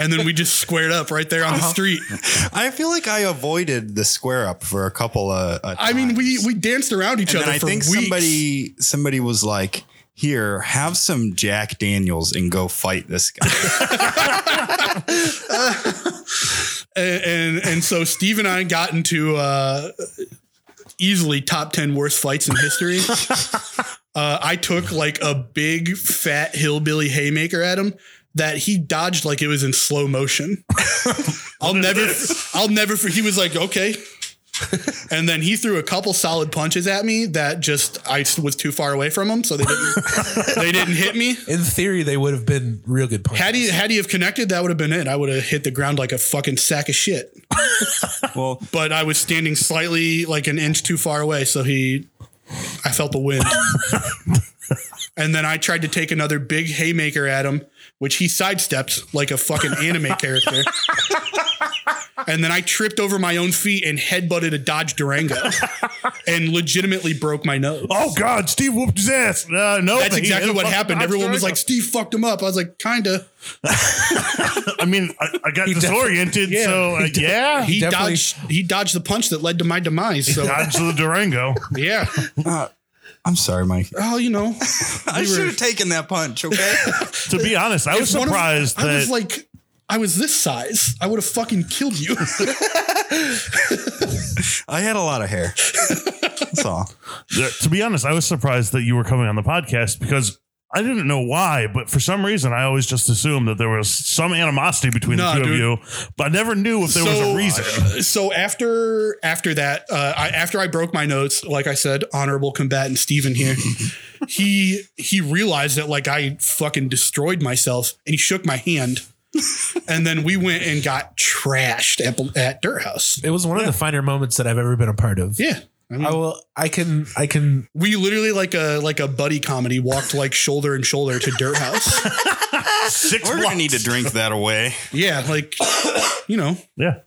Speaker 1: and then we just squared up right there on
Speaker 2: Uh-huh.
Speaker 1: the street.
Speaker 2: I feel like I avoided the square up for a couple of. of
Speaker 1: I mean, we
Speaker 2: times.
Speaker 1: we danced around each
Speaker 2: And
Speaker 1: other
Speaker 2: then I
Speaker 1: for
Speaker 2: think
Speaker 1: weeks.
Speaker 2: somebody somebody was like, "Here, have some Jack Daniels and go fight this guy."
Speaker 1: and and, and so Steve and I got into uh, easily top ten worst fights in history. uh, I took like a big fat hillbilly haymaker at him that he dodged like it was in slow motion. I'll never, I'll never. for- He was like, okay. and then he threw a couple solid punches at me that just I was too far away from him, so they didn't they didn't hit me.
Speaker 4: In theory, they would have been real good punches.
Speaker 1: Had he had he have connected, that would have been it. I would have hit the ground like a fucking sack of shit.
Speaker 2: well,
Speaker 1: But I was standing slightly like an inch too far away, so he I felt the wind. and then I tried to take another big haymaker at him, which he sidestepped like a fucking anime character. And then I tripped over my own feet and headbutted a Dodge Durango and legitimately broke my nose.
Speaker 3: Oh God, Steve whooped his ass. Uh, no,
Speaker 1: That's
Speaker 3: he hit
Speaker 1: exactly
Speaker 3: a
Speaker 1: what
Speaker 3: fucking
Speaker 1: happened.
Speaker 3: Dodge
Speaker 1: Everyone was
Speaker 3: Durango.
Speaker 1: like, Steve fucked him up. I was like, kinda.
Speaker 3: I mean, I, I got disoriented. so uh, yeah,
Speaker 1: He
Speaker 3: he
Speaker 4: definitely-
Speaker 1: dodged he dodged the punch that led to my demise. So
Speaker 3: dodged the Durango.
Speaker 1: yeah.
Speaker 2: I'm sorry, Mike.
Speaker 1: Oh, you know.
Speaker 2: I should have taken that punch. Okay,
Speaker 3: To be honest, I was
Speaker 1: If one of-
Speaker 3: surprised
Speaker 1: I
Speaker 3: that
Speaker 1: was like, I was this size. I would have fucking killed you.
Speaker 2: I had a lot of hair. That's all.
Speaker 3: There- to be honest, I was surprised that you were coming on the podcast because I didn't know why, but for some reason, I always just assumed that there was some animosity between
Speaker 1: Nah,
Speaker 3: the two
Speaker 1: dude.
Speaker 3: of you, but I never knew if there was a reason.
Speaker 1: uh, So after after that, uh, I, after I broke my notes, like I said, honorable combatant Steven here. he he realized that like I fucking destroyed myself, and he shook my hand. and then we went and got trashed at, at Dirt House.
Speaker 4: it was one of the finer moments that I've ever been a part of.
Speaker 1: Yeah. I mean,
Speaker 4: I will. I can. I can.
Speaker 1: we literally like a like a buddy comedy walked like shoulder and shoulder to Dirt House.
Speaker 3: 6
Speaker 2: We're
Speaker 3: blocks.
Speaker 2: gonna need to drink that away.
Speaker 1: yeah, like you know,
Speaker 3: yeah.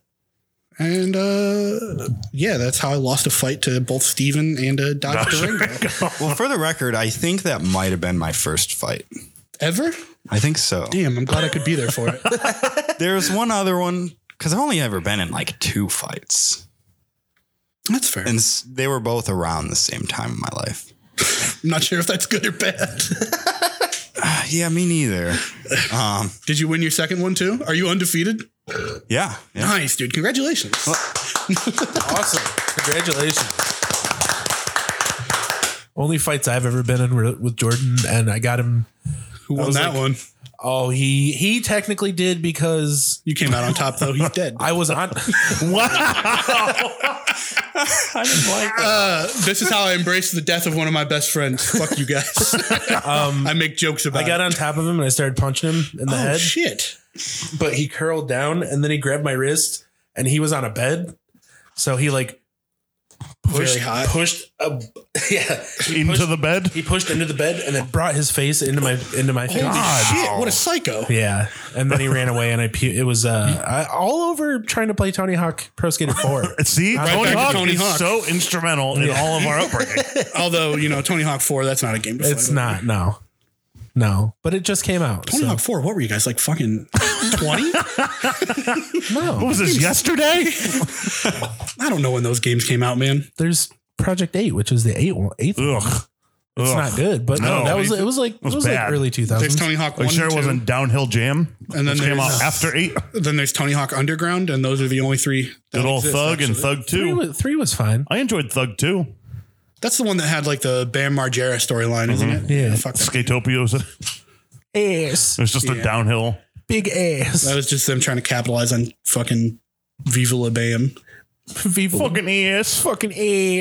Speaker 1: And uh, yeah, that's how I lost a fight to both Steven and uh, Dodge Durango.
Speaker 2: Well, for the record, I think that might have been my first fight.
Speaker 1: Ever?
Speaker 2: I think so.
Speaker 1: Damn, I'm glad I could be there for it.
Speaker 2: There's one other one because I've only ever been in like two fights,
Speaker 1: That's fair.
Speaker 2: and s- they were both around the same time in my life.
Speaker 1: I'm not sure if that's good or bad.
Speaker 2: Uh, yeah, me neither. Um,
Speaker 1: Did you win your second one too? Are you undefeated?
Speaker 2: yeah, yeah.
Speaker 1: Nice, dude. Congratulations.
Speaker 4: Awesome. Congratulations. Only fights I've ever been in were with Jordan, and I got him.
Speaker 1: Who won
Speaker 4: was
Speaker 1: that
Speaker 4: like-
Speaker 1: one?
Speaker 4: Oh, he he technically did because
Speaker 1: You came out on top though. He's dead.
Speaker 4: I was on.
Speaker 2: I didn't like that.
Speaker 1: Uh, this is how I embrace the death of one of my best friends. Fuck you guys.
Speaker 4: Um,
Speaker 1: I make jokes about.
Speaker 4: I got
Speaker 1: it.
Speaker 4: on top of him and I started punching him in the
Speaker 1: Oh
Speaker 4: head,
Speaker 1: shit!
Speaker 4: but he curled down and then he grabbed my wrist and he was on a bed, so he like pushed
Speaker 1: Very hot.
Speaker 4: pushed a, yeah he
Speaker 3: into
Speaker 4: pushed,
Speaker 3: the bed.
Speaker 4: he pushed into the bed and then brought his face into my into my face.
Speaker 1: Holy shit! What a psycho.
Speaker 4: Yeah, and then he ran away, and I pu- it was uh I, all over trying to play Tony Hawk Pro Skater Four.
Speaker 3: See,
Speaker 4: Right
Speaker 3: Tony,
Speaker 1: back to
Speaker 3: Hawk
Speaker 1: Tony
Speaker 3: is
Speaker 1: Hawk.
Speaker 3: so instrumental in all of our upbringing.
Speaker 1: Although you know Tony Hawk Four, that's not a game. To
Speaker 4: it's
Speaker 1: fight over.
Speaker 4: not no, no, but it just came out.
Speaker 1: Tony
Speaker 4: so-
Speaker 1: Hawk Four. What were you guys like? Fucking twenty?
Speaker 3: What
Speaker 4: No,
Speaker 3: was this yesterday?
Speaker 1: I don't know when those games came out, man.
Speaker 4: there's Project Eight, which is the eight one, eighth. one.
Speaker 3: Ugh.
Speaker 4: It's
Speaker 3: Ugh.
Speaker 4: not good, but no,
Speaker 3: No,
Speaker 4: that was
Speaker 3: it-
Speaker 4: it. Was like it
Speaker 3: was
Speaker 4: was, like
Speaker 3: bad.
Speaker 4: early two
Speaker 1: There's
Speaker 4: thousand.
Speaker 1: Tony Hawk
Speaker 3: Like
Speaker 1: One.
Speaker 3: sure it
Speaker 1: two.
Speaker 3: wasn't downhill jam.
Speaker 1: And then
Speaker 3: which came out
Speaker 1: there's-
Speaker 3: after eight.
Speaker 1: Then there's Tony Hawk Underground, and those are the only three. that
Speaker 3: Good old
Speaker 1: exist,
Speaker 3: Thug and
Speaker 1: actually.
Speaker 3: Thug
Speaker 4: Three
Speaker 3: Two.
Speaker 4: was, three was fine.
Speaker 3: I enjoyed Thug Two.
Speaker 1: That's the one that had like the Bam Margera storyline, isn't it?
Speaker 4: Mm-hmm. Yeah.
Speaker 1: Fuck that.
Speaker 3: Skatopia was it
Speaker 4: Ass,
Speaker 3: was just a
Speaker 1: Yeah.
Speaker 3: downhill.
Speaker 4: big
Speaker 1: That
Speaker 4: ass.
Speaker 1: was just them trying to capitalize on fucking Viva La Bam.
Speaker 4: Viva la-
Speaker 3: Fucking E ass.
Speaker 4: fucking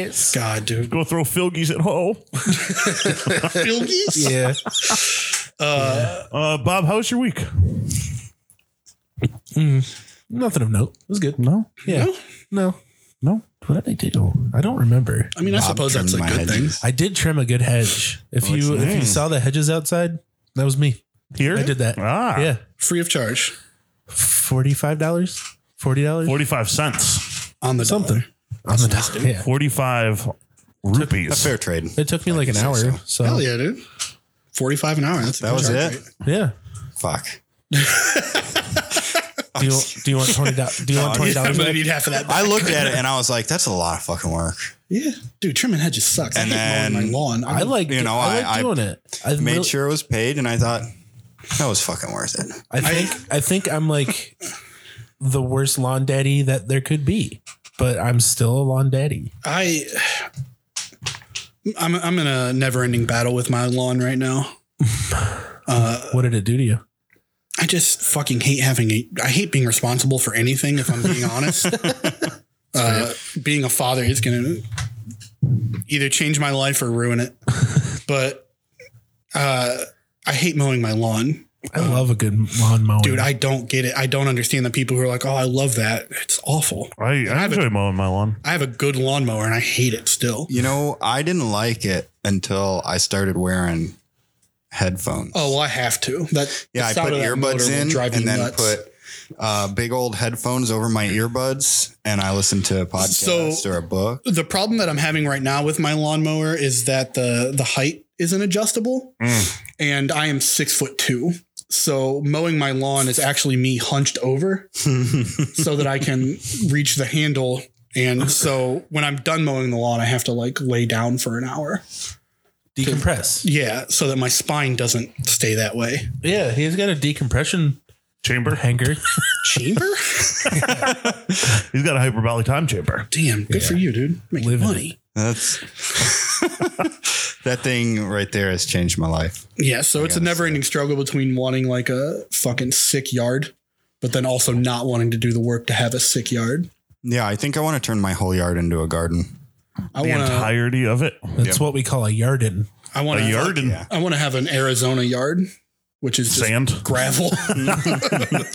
Speaker 4: ass.
Speaker 1: God, dude.
Speaker 3: Go throw filgies at home.
Speaker 1: Filgies?
Speaker 4: Yeah,
Speaker 1: Uh,
Speaker 3: Uh, Bob, how was your week?
Speaker 4: Mm. nothing of note. It was good.
Speaker 3: No,
Speaker 4: Yeah, no,
Speaker 3: no.
Speaker 4: What did I do? I don't remember.
Speaker 1: I mean, I suppose that's a
Speaker 2: trimmed my
Speaker 1: good thing.
Speaker 2: hedges.
Speaker 4: I did trim a good hedge. If you if you saw the hedges outside, that was me.
Speaker 3: Here
Speaker 4: I did that.
Speaker 3: Ah,
Speaker 4: Yeah,
Speaker 1: Free of charge
Speaker 4: forty five dollars, forty dollars,
Speaker 3: forty-five cents,
Speaker 1: on the
Speaker 4: something
Speaker 1: dollar.
Speaker 4: on the dollar. Yeah,
Speaker 3: forty-five
Speaker 2: A
Speaker 3: rupees.
Speaker 2: fair trade.
Speaker 4: it took me like an hour. So,
Speaker 1: Hell yeah, dude. 45 an hour. That's a
Speaker 2: That
Speaker 1: good
Speaker 2: was
Speaker 1: charge
Speaker 2: it?
Speaker 1: rate.
Speaker 4: yeah.
Speaker 2: Fuck.
Speaker 4: Do you do you want twenty dollars? Do you want twenty
Speaker 1: I'm
Speaker 4: dollars?
Speaker 1: going to need half of that.
Speaker 2: I looked at it and I was like, that's a lot of fucking work.
Speaker 1: Yeah. Dude, trimming hedges sucks.
Speaker 2: And
Speaker 1: I hate mowing
Speaker 2: then-
Speaker 1: my lawn.
Speaker 4: I like
Speaker 2: You know, I-
Speaker 4: I, like
Speaker 2: I
Speaker 4: doing it. I
Speaker 2: Made
Speaker 4: really-
Speaker 2: sure it was paid and I thought that was fucking worth it.
Speaker 4: I think I, think I'm like the worst lawn daddy that there could be, but I'm still a lawn daddy.
Speaker 1: I I'm I'm in a never ending battle with my lawn right now.
Speaker 4: What did it do to you?
Speaker 1: I just fucking hate having a I hate being responsible for anything if I'm being honest. uh, being a father is gonna either change my life or ruin it. But uh I hate mowing my lawn.
Speaker 4: I love a good lawn mowing.
Speaker 1: Dude, I don't get it. I don't understand the people who are like, oh, I love that. It's awful.
Speaker 3: I, I
Speaker 1: have a-
Speaker 3: enjoy mowing my lawn.
Speaker 1: I have a good lawnmower and I hate it still.
Speaker 2: You know, I didn't like it until I started wearing headphones.
Speaker 1: Oh, well, I have to. That
Speaker 2: yeah,
Speaker 1: the
Speaker 2: I
Speaker 1: sound
Speaker 2: put
Speaker 1: of that motor
Speaker 2: earbuds
Speaker 1: will
Speaker 2: in
Speaker 1: drive me
Speaker 2: and then
Speaker 1: nuts.
Speaker 2: put uh, big old headphones over my earbuds, and I listened to a podcast
Speaker 1: So-
Speaker 2: or a book.
Speaker 1: the problem that I'm having right now with my lawnmower is that the the height isn't adjustable, and I am six foot two. So mowing my lawn is actually me hunched over so that I can reach the handle. And so when I'm done mowing the lawn, I have to like lay down for an hour.
Speaker 4: decompress.
Speaker 1: Yeah, so that my spine doesn't stay that way.
Speaker 4: Yeah, he's got a decompression
Speaker 3: Chamber.
Speaker 4: hanger.
Speaker 1: Chamber?
Speaker 3: He's got a hyperbolic time chamber.
Speaker 1: Damn, good for you, dude. Make
Speaker 4: Living
Speaker 1: money.
Speaker 2: That's that thing right there has changed my life.
Speaker 1: Yeah, so it's a
Speaker 2: gotta
Speaker 1: never ending struggle between wanting like a fucking sick yard, but then also not wanting to do the work to have a sick yard.
Speaker 2: Yeah, I think I want to turn my whole yard into a garden.
Speaker 1: I
Speaker 3: The
Speaker 1: want to.
Speaker 3: entirety of it.
Speaker 4: That's what we call a yardin.
Speaker 1: I want
Speaker 3: A
Speaker 1: to.
Speaker 3: yard and
Speaker 2: Yeah.
Speaker 1: I want to have an Arizona yard, which is just
Speaker 3: sand.
Speaker 1: gravel.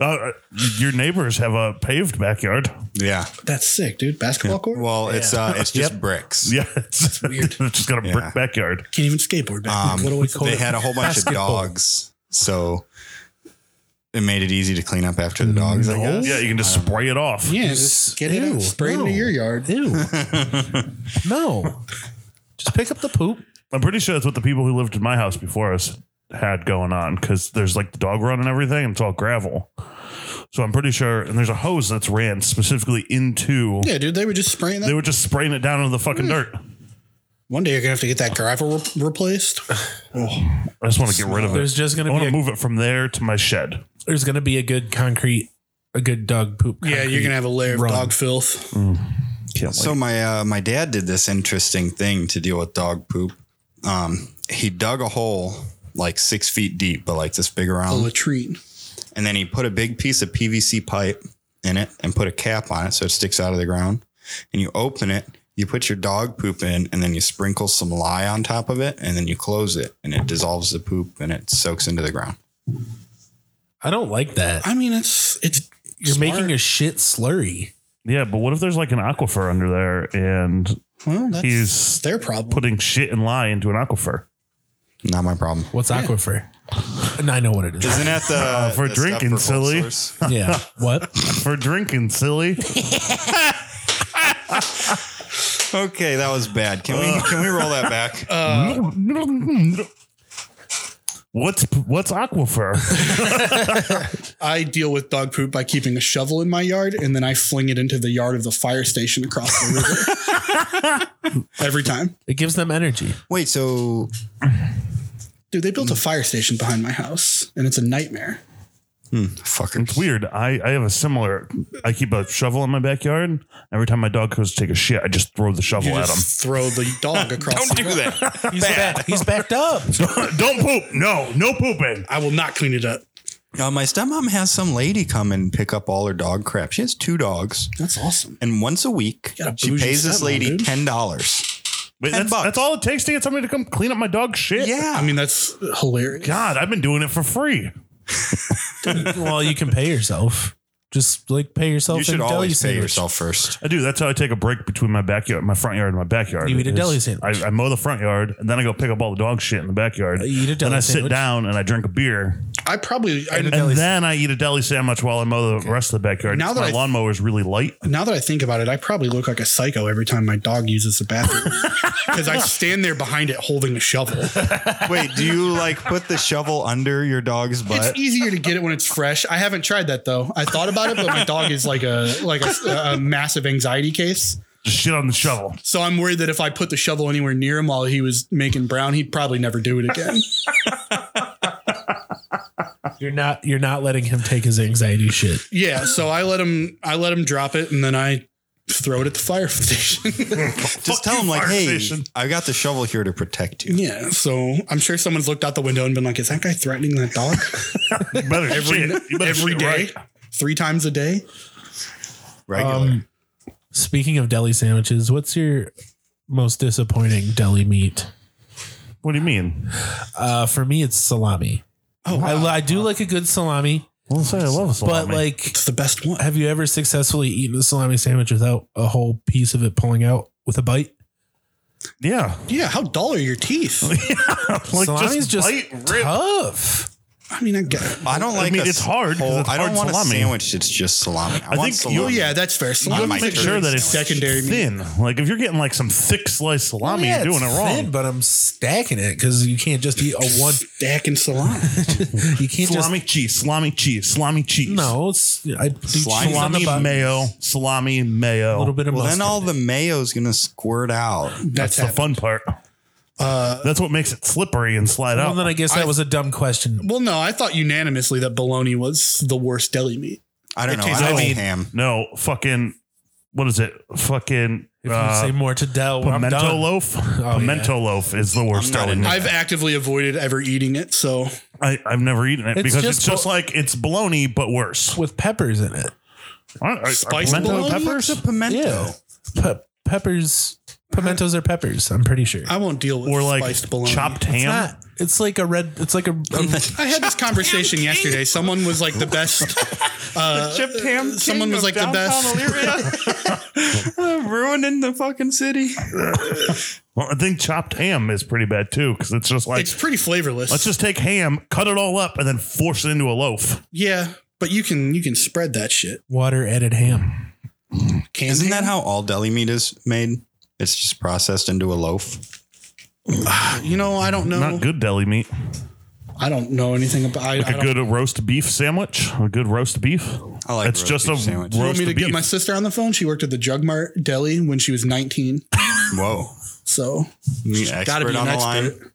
Speaker 3: Uh, your neighbors have a paved backyard.
Speaker 2: Yeah.
Speaker 1: That's sick, dude. Basketball court.
Speaker 2: Well, it's uh, it's just bricks.
Speaker 3: Yeah, it's,
Speaker 1: weird.
Speaker 3: it's just got a
Speaker 2: Yeah.
Speaker 3: brick backyard.
Speaker 1: Can't even skateboard back.
Speaker 2: Um,
Speaker 1: then. what do we call
Speaker 2: They
Speaker 1: it?
Speaker 2: had a whole bunch
Speaker 4: Basketball.
Speaker 2: of dogs, so it made it easy to clean up after the dogs.
Speaker 1: Oh,
Speaker 2: I guess. Um,
Speaker 3: Yeah, you can just spray it off.
Speaker 1: yeah, just get it
Speaker 4: Ew,
Speaker 1: out, spray it
Speaker 4: no.
Speaker 1: into your yard.
Speaker 4: Ew. no. Just pick up the poop.
Speaker 3: I'm pretty sure that's what the people who lived in my house before us had going on because there's like the dog run and everything, and it's all gravel. So I'm pretty sure, and there's a hose that's ran specifically into.
Speaker 1: Yeah, dude. They were just spraying that.
Speaker 3: They were just spraying it down into the fucking dirt.
Speaker 1: One day you're gonna have to get that gravel re- replaced.
Speaker 3: I just want to get rid of
Speaker 4: There's
Speaker 3: it.
Speaker 4: just
Speaker 3: I
Speaker 4: gonna
Speaker 3: want
Speaker 4: be
Speaker 3: to
Speaker 4: a,
Speaker 3: move it from there to my shed.
Speaker 4: there's gonna be a good concrete, a good dog poop.
Speaker 1: Yeah, you're
Speaker 4: concrete
Speaker 1: gonna have a layer of
Speaker 4: Run.
Speaker 1: dog filth.
Speaker 3: Can't
Speaker 2: So
Speaker 3: wait.
Speaker 2: my uh, my dad did this interesting thing to deal with dog poop. Um, he dug a hole like six feet deep, but like this big
Speaker 1: A
Speaker 2: around,
Speaker 1: latrine.
Speaker 2: and then he put a big piece of PVC pipe in it and put a cap on it so it sticks out of the ground. And you open it, you put your dog poop in, and then you sprinkle some lye on top of it, and then you close it, and it dissolves the poop and it soaks into the ground.
Speaker 4: I don't like that.
Speaker 1: I mean, it's it's
Speaker 4: You're
Speaker 1: smart.
Speaker 4: making a shit slurry.
Speaker 3: Yeah, but what if there's like an aquifer under there and
Speaker 1: well. That's
Speaker 3: he's
Speaker 1: their problem.
Speaker 3: putting shit and lye into an aquifer?
Speaker 2: Not my problem.
Speaker 4: What's aquifer? And I know what it is.
Speaker 2: Isn't that the
Speaker 3: for
Speaker 2: the stuff
Speaker 3: drinking,
Speaker 2: for
Speaker 3: silly.
Speaker 2: ulcers?
Speaker 4: yeah. What?
Speaker 3: For drinking, silly.
Speaker 2: Okay, that was bad. Can we can we roll that back?
Speaker 3: what's what's aquifer?
Speaker 1: I deal with dog poop by keeping a shovel in my yard and then I fling it into the yard of the fire station across the river every time.
Speaker 4: It gives them energy.
Speaker 2: Wait, so
Speaker 1: Dude, they built a fire station behind my house and it's a nightmare.
Speaker 2: fucking
Speaker 3: It's weird. I, I have a similar. I keep a shovel in my backyard. Every time my dog goes to take a shit, I just throw the shovel
Speaker 1: You
Speaker 3: at him.
Speaker 1: just throw the dog across
Speaker 2: don't
Speaker 1: the
Speaker 2: do
Speaker 1: road.
Speaker 2: that.
Speaker 4: He's, back, he's backed up.
Speaker 3: Don't poop. No, no pooping.
Speaker 1: I will not clean it up.
Speaker 2: Uh, my stepmom has some lady come and pick up all her dog crap. She has two dogs,
Speaker 1: That's awesome.
Speaker 2: and once a week
Speaker 1: Got a
Speaker 2: she
Speaker 1: bougie
Speaker 2: pays this
Speaker 1: stepmom,
Speaker 2: lady
Speaker 1: dude.
Speaker 2: ten dollars.
Speaker 3: Wait,
Speaker 2: 10
Speaker 3: that's,
Speaker 2: bucks.
Speaker 3: that's all it takes to get somebody to come clean up my dog shit.
Speaker 2: Yeah,
Speaker 1: I mean, that's hilarious.
Speaker 3: God, I've been doing it for free.
Speaker 4: well, you can pay yourself. Just like pay yourself.
Speaker 2: you should
Speaker 4: a deli
Speaker 2: always pay
Speaker 4: sandwich.
Speaker 2: yourself first.
Speaker 3: I do. That's how I take a break between my backyard, my front yard, and my backyard.
Speaker 4: You eat a
Speaker 3: is
Speaker 4: deli sandwich.
Speaker 3: I, I mow the front yard, and then I go pick up all the dog shit in the backyard.
Speaker 4: You eat a
Speaker 3: then
Speaker 4: deli
Speaker 3: I sit
Speaker 4: sandwich.
Speaker 3: down and I drink a beer,
Speaker 1: I probably, I,
Speaker 4: And-
Speaker 3: and
Speaker 4: Deli sa-
Speaker 3: then I eat a deli sandwich while I mow the rest of the backyard.
Speaker 1: Now
Speaker 3: Now
Speaker 1: that
Speaker 3: my
Speaker 1: I-
Speaker 3: lawnmower is really light.
Speaker 1: now that I think about it, I probably look like a psycho every time my dog uses the bathroom because I stand there behind it holding a shovel.
Speaker 2: Wait, do you like put the shovel under your dog's butt?
Speaker 1: It's easier to get it when it's fresh. I haven't tried that though. I thought about it, but my dog is like a like a, a massive anxiety case.
Speaker 3: Just shit on the shovel.
Speaker 1: So I'm worried that if I put the shovel anywhere near him while he was making brown, he'd probably never do it again.
Speaker 4: You're not. You're not letting him take his anxiety shit.
Speaker 1: yeah. So I let him I let him drop it, and then I throw it at the fire station.
Speaker 2: Just
Speaker 3: Fuck
Speaker 2: tell
Speaker 3: you,
Speaker 2: him like,
Speaker 3: fire
Speaker 2: hey,
Speaker 3: station.
Speaker 2: I got the shovel here to protect you.
Speaker 1: yeah. So I'm sure someone's looked out the window and been like, "Is that guy threatening that dog
Speaker 3: You better
Speaker 1: every
Speaker 3: shit. You better
Speaker 1: every
Speaker 3: shit
Speaker 1: day,
Speaker 3: right.
Speaker 1: three times a day?"
Speaker 2: Regular.
Speaker 4: Um, speaking of deli sandwiches, what's your most disappointing deli meat?
Speaker 3: What do you mean?
Speaker 4: Uh, for me, it's salami.
Speaker 1: Oh,
Speaker 4: I, I do like a good salami,
Speaker 3: Well, say I love salami.
Speaker 4: but like,
Speaker 1: it's the best one.
Speaker 4: have you ever successfully eaten a salami sandwich without a whole piece of it pulling out with a bite?
Speaker 3: yeah,
Speaker 1: Yeah. How dull are your teeth?
Speaker 3: like
Speaker 4: Salami's just,
Speaker 3: bite, rip.
Speaker 4: tough.
Speaker 1: I mean, I get it.
Speaker 2: I don't like.
Speaker 3: mean,
Speaker 2: a
Speaker 3: it's hard 'cause
Speaker 2: whole-
Speaker 3: it's
Speaker 2: I don't
Speaker 3: hard
Speaker 2: want
Speaker 3: salami.
Speaker 2: a sandwich that's just salami. I,
Speaker 3: I
Speaker 2: want
Speaker 3: think you-
Speaker 2: salami.
Speaker 1: Oh yeah, that's fair.
Speaker 2: I
Speaker 3: You
Speaker 1: Salami
Speaker 3: have
Speaker 2: might
Speaker 3: to make
Speaker 2: turn
Speaker 3: sure
Speaker 2: it
Speaker 3: that it's
Speaker 1: secondary meat.
Speaker 3: thin. Like if you're getting like some thick slice salami,
Speaker 4: Oh, Yeah,
Speaker 3: you're doing
Speaker 4: it's
Speaker 3: it wrong.
Speaker 4: thin, but I'm stacking it because you can't just eat a one.
Speaker 1: Stack and salami.
Speaker 4: You can't just
Speaker 3: salami cheese, salami cheese, salami cheese.
Speaker 4: no. It's I do cheese on the
Speaker 3: salami
Speaker 4: bottom,
Speaker 3: mayo, salami
Speaker 4: a little
Speaker 3: mayo.
Speaker 4: bit of
Speaker 2: Well,
Speaker 4: mustard.
Speaker 2: then all the mayo's gonna squirt out.
Speaker 1: That's,
Speaker 3: That's the fun part. That's what makes it slippery and slide
Speaker 4: Uh, Well,
Speaker 3: out.
Speaker 4: then I guess that was a dumb question.
Speaker 1: Well, no, I thought unanimously that bologna was the worst deli meat.
Speaker 2: I don't
Speaker 1: It
Speaker 2: know.
Speaker 1: tastes
Speaker 2: I don't
Speaker 3: like-
Speaker 2: eat ham.
Speaker 3: no, fucking. What is it? Fucking.
Speaker 4: If you
Speaker 3: uh,
Speaker 4: say more to Dell, I'm
Speaker 3: Pimento
Speaker 4: done. Oh,
Speaker 3: loaf. pimento loaf is the worst
Speaker 2: I'm not
Speaker 3: deli.
Speaker 2: into
Speaker 3: meat.
Speaker 1: I've actively avoided ever eating it, so
Speaker 3: I, I've never eaten it
Speaker 4: It's
Speaker 3: because
Speaker 4: just
Speaker 3: it's just
Speaker 4: bol-
Speaker 3: like it's bologna but worse.
Speaker 4: with peppers in it.
Speaker 3: Aren't- Are, are
Speaker 1: Spiced
Speaker 3: pimento
Speaker 1: bologna?
Speaker 3: peppers?
Speaker 2: What's a pimento?
Speaker 4: Pe- peppers, pimentos are peppers. I'm pretty sure.
Speaker 1: I won't deal with
Speaker 3: Or like
Speaker 1: spiced bologna.
Speaker 3: chopped Uh, ham?
Speaker 4: It's not. It's like a red. It's like a. a
Speaker 1: I had this conversation yesterday. Someone was like the best. Uh,
Speaker 2: Chipped ham.
Speaker 1: someone was like the best.
Speaker 2: Ruining the fucking city.
Speaker 3: Well, I think chopped ham is pretty bad too because it's just like
Speaker 1: It's pretty flavorless.
Speaker 3: let's just take ham, cut it all up, and then force it into a loaf.
Speaker 1: yeah, but you can you can spread that shit.
Speaker 4: water added ham.
Speaker 1: Canned
Speaker 2: Isn't that
Speaker 1: ham?
Speaker 2: how all deli meat is made? It's just processed into a loaf.
Speaker 1: you know? I don't know.
Speaker 3: Not good deli meat.
Speaker 1: I don't know anything about. I, I
Speaker 3: Like a
Speaker 1: don't-
Speaker 3: good roast beef sandwich. A good roast beef.
Speaker 2: I like
Speaker 3: it's
Speaker 2: roast
Speaker 3: just
Speaker 2: beef
Speaker 3: a
Speaker 2: sandwich.
Speaker 1: You want
Speaker 3: roast
Speaker 1: me to
Speaker 3: beef.
Speaker 1: get my sister on the phone? She worked at the Jug Mart deli when she was 19.
Speaker 2: Whoa.
Speaker 1: So
Speaker 2: Meat
Speaker 1: gotta
Speaker 2: expert
Speaker 1: be an
Speaker 2: on the
Speaker 1: expert.
Speaker 2: line.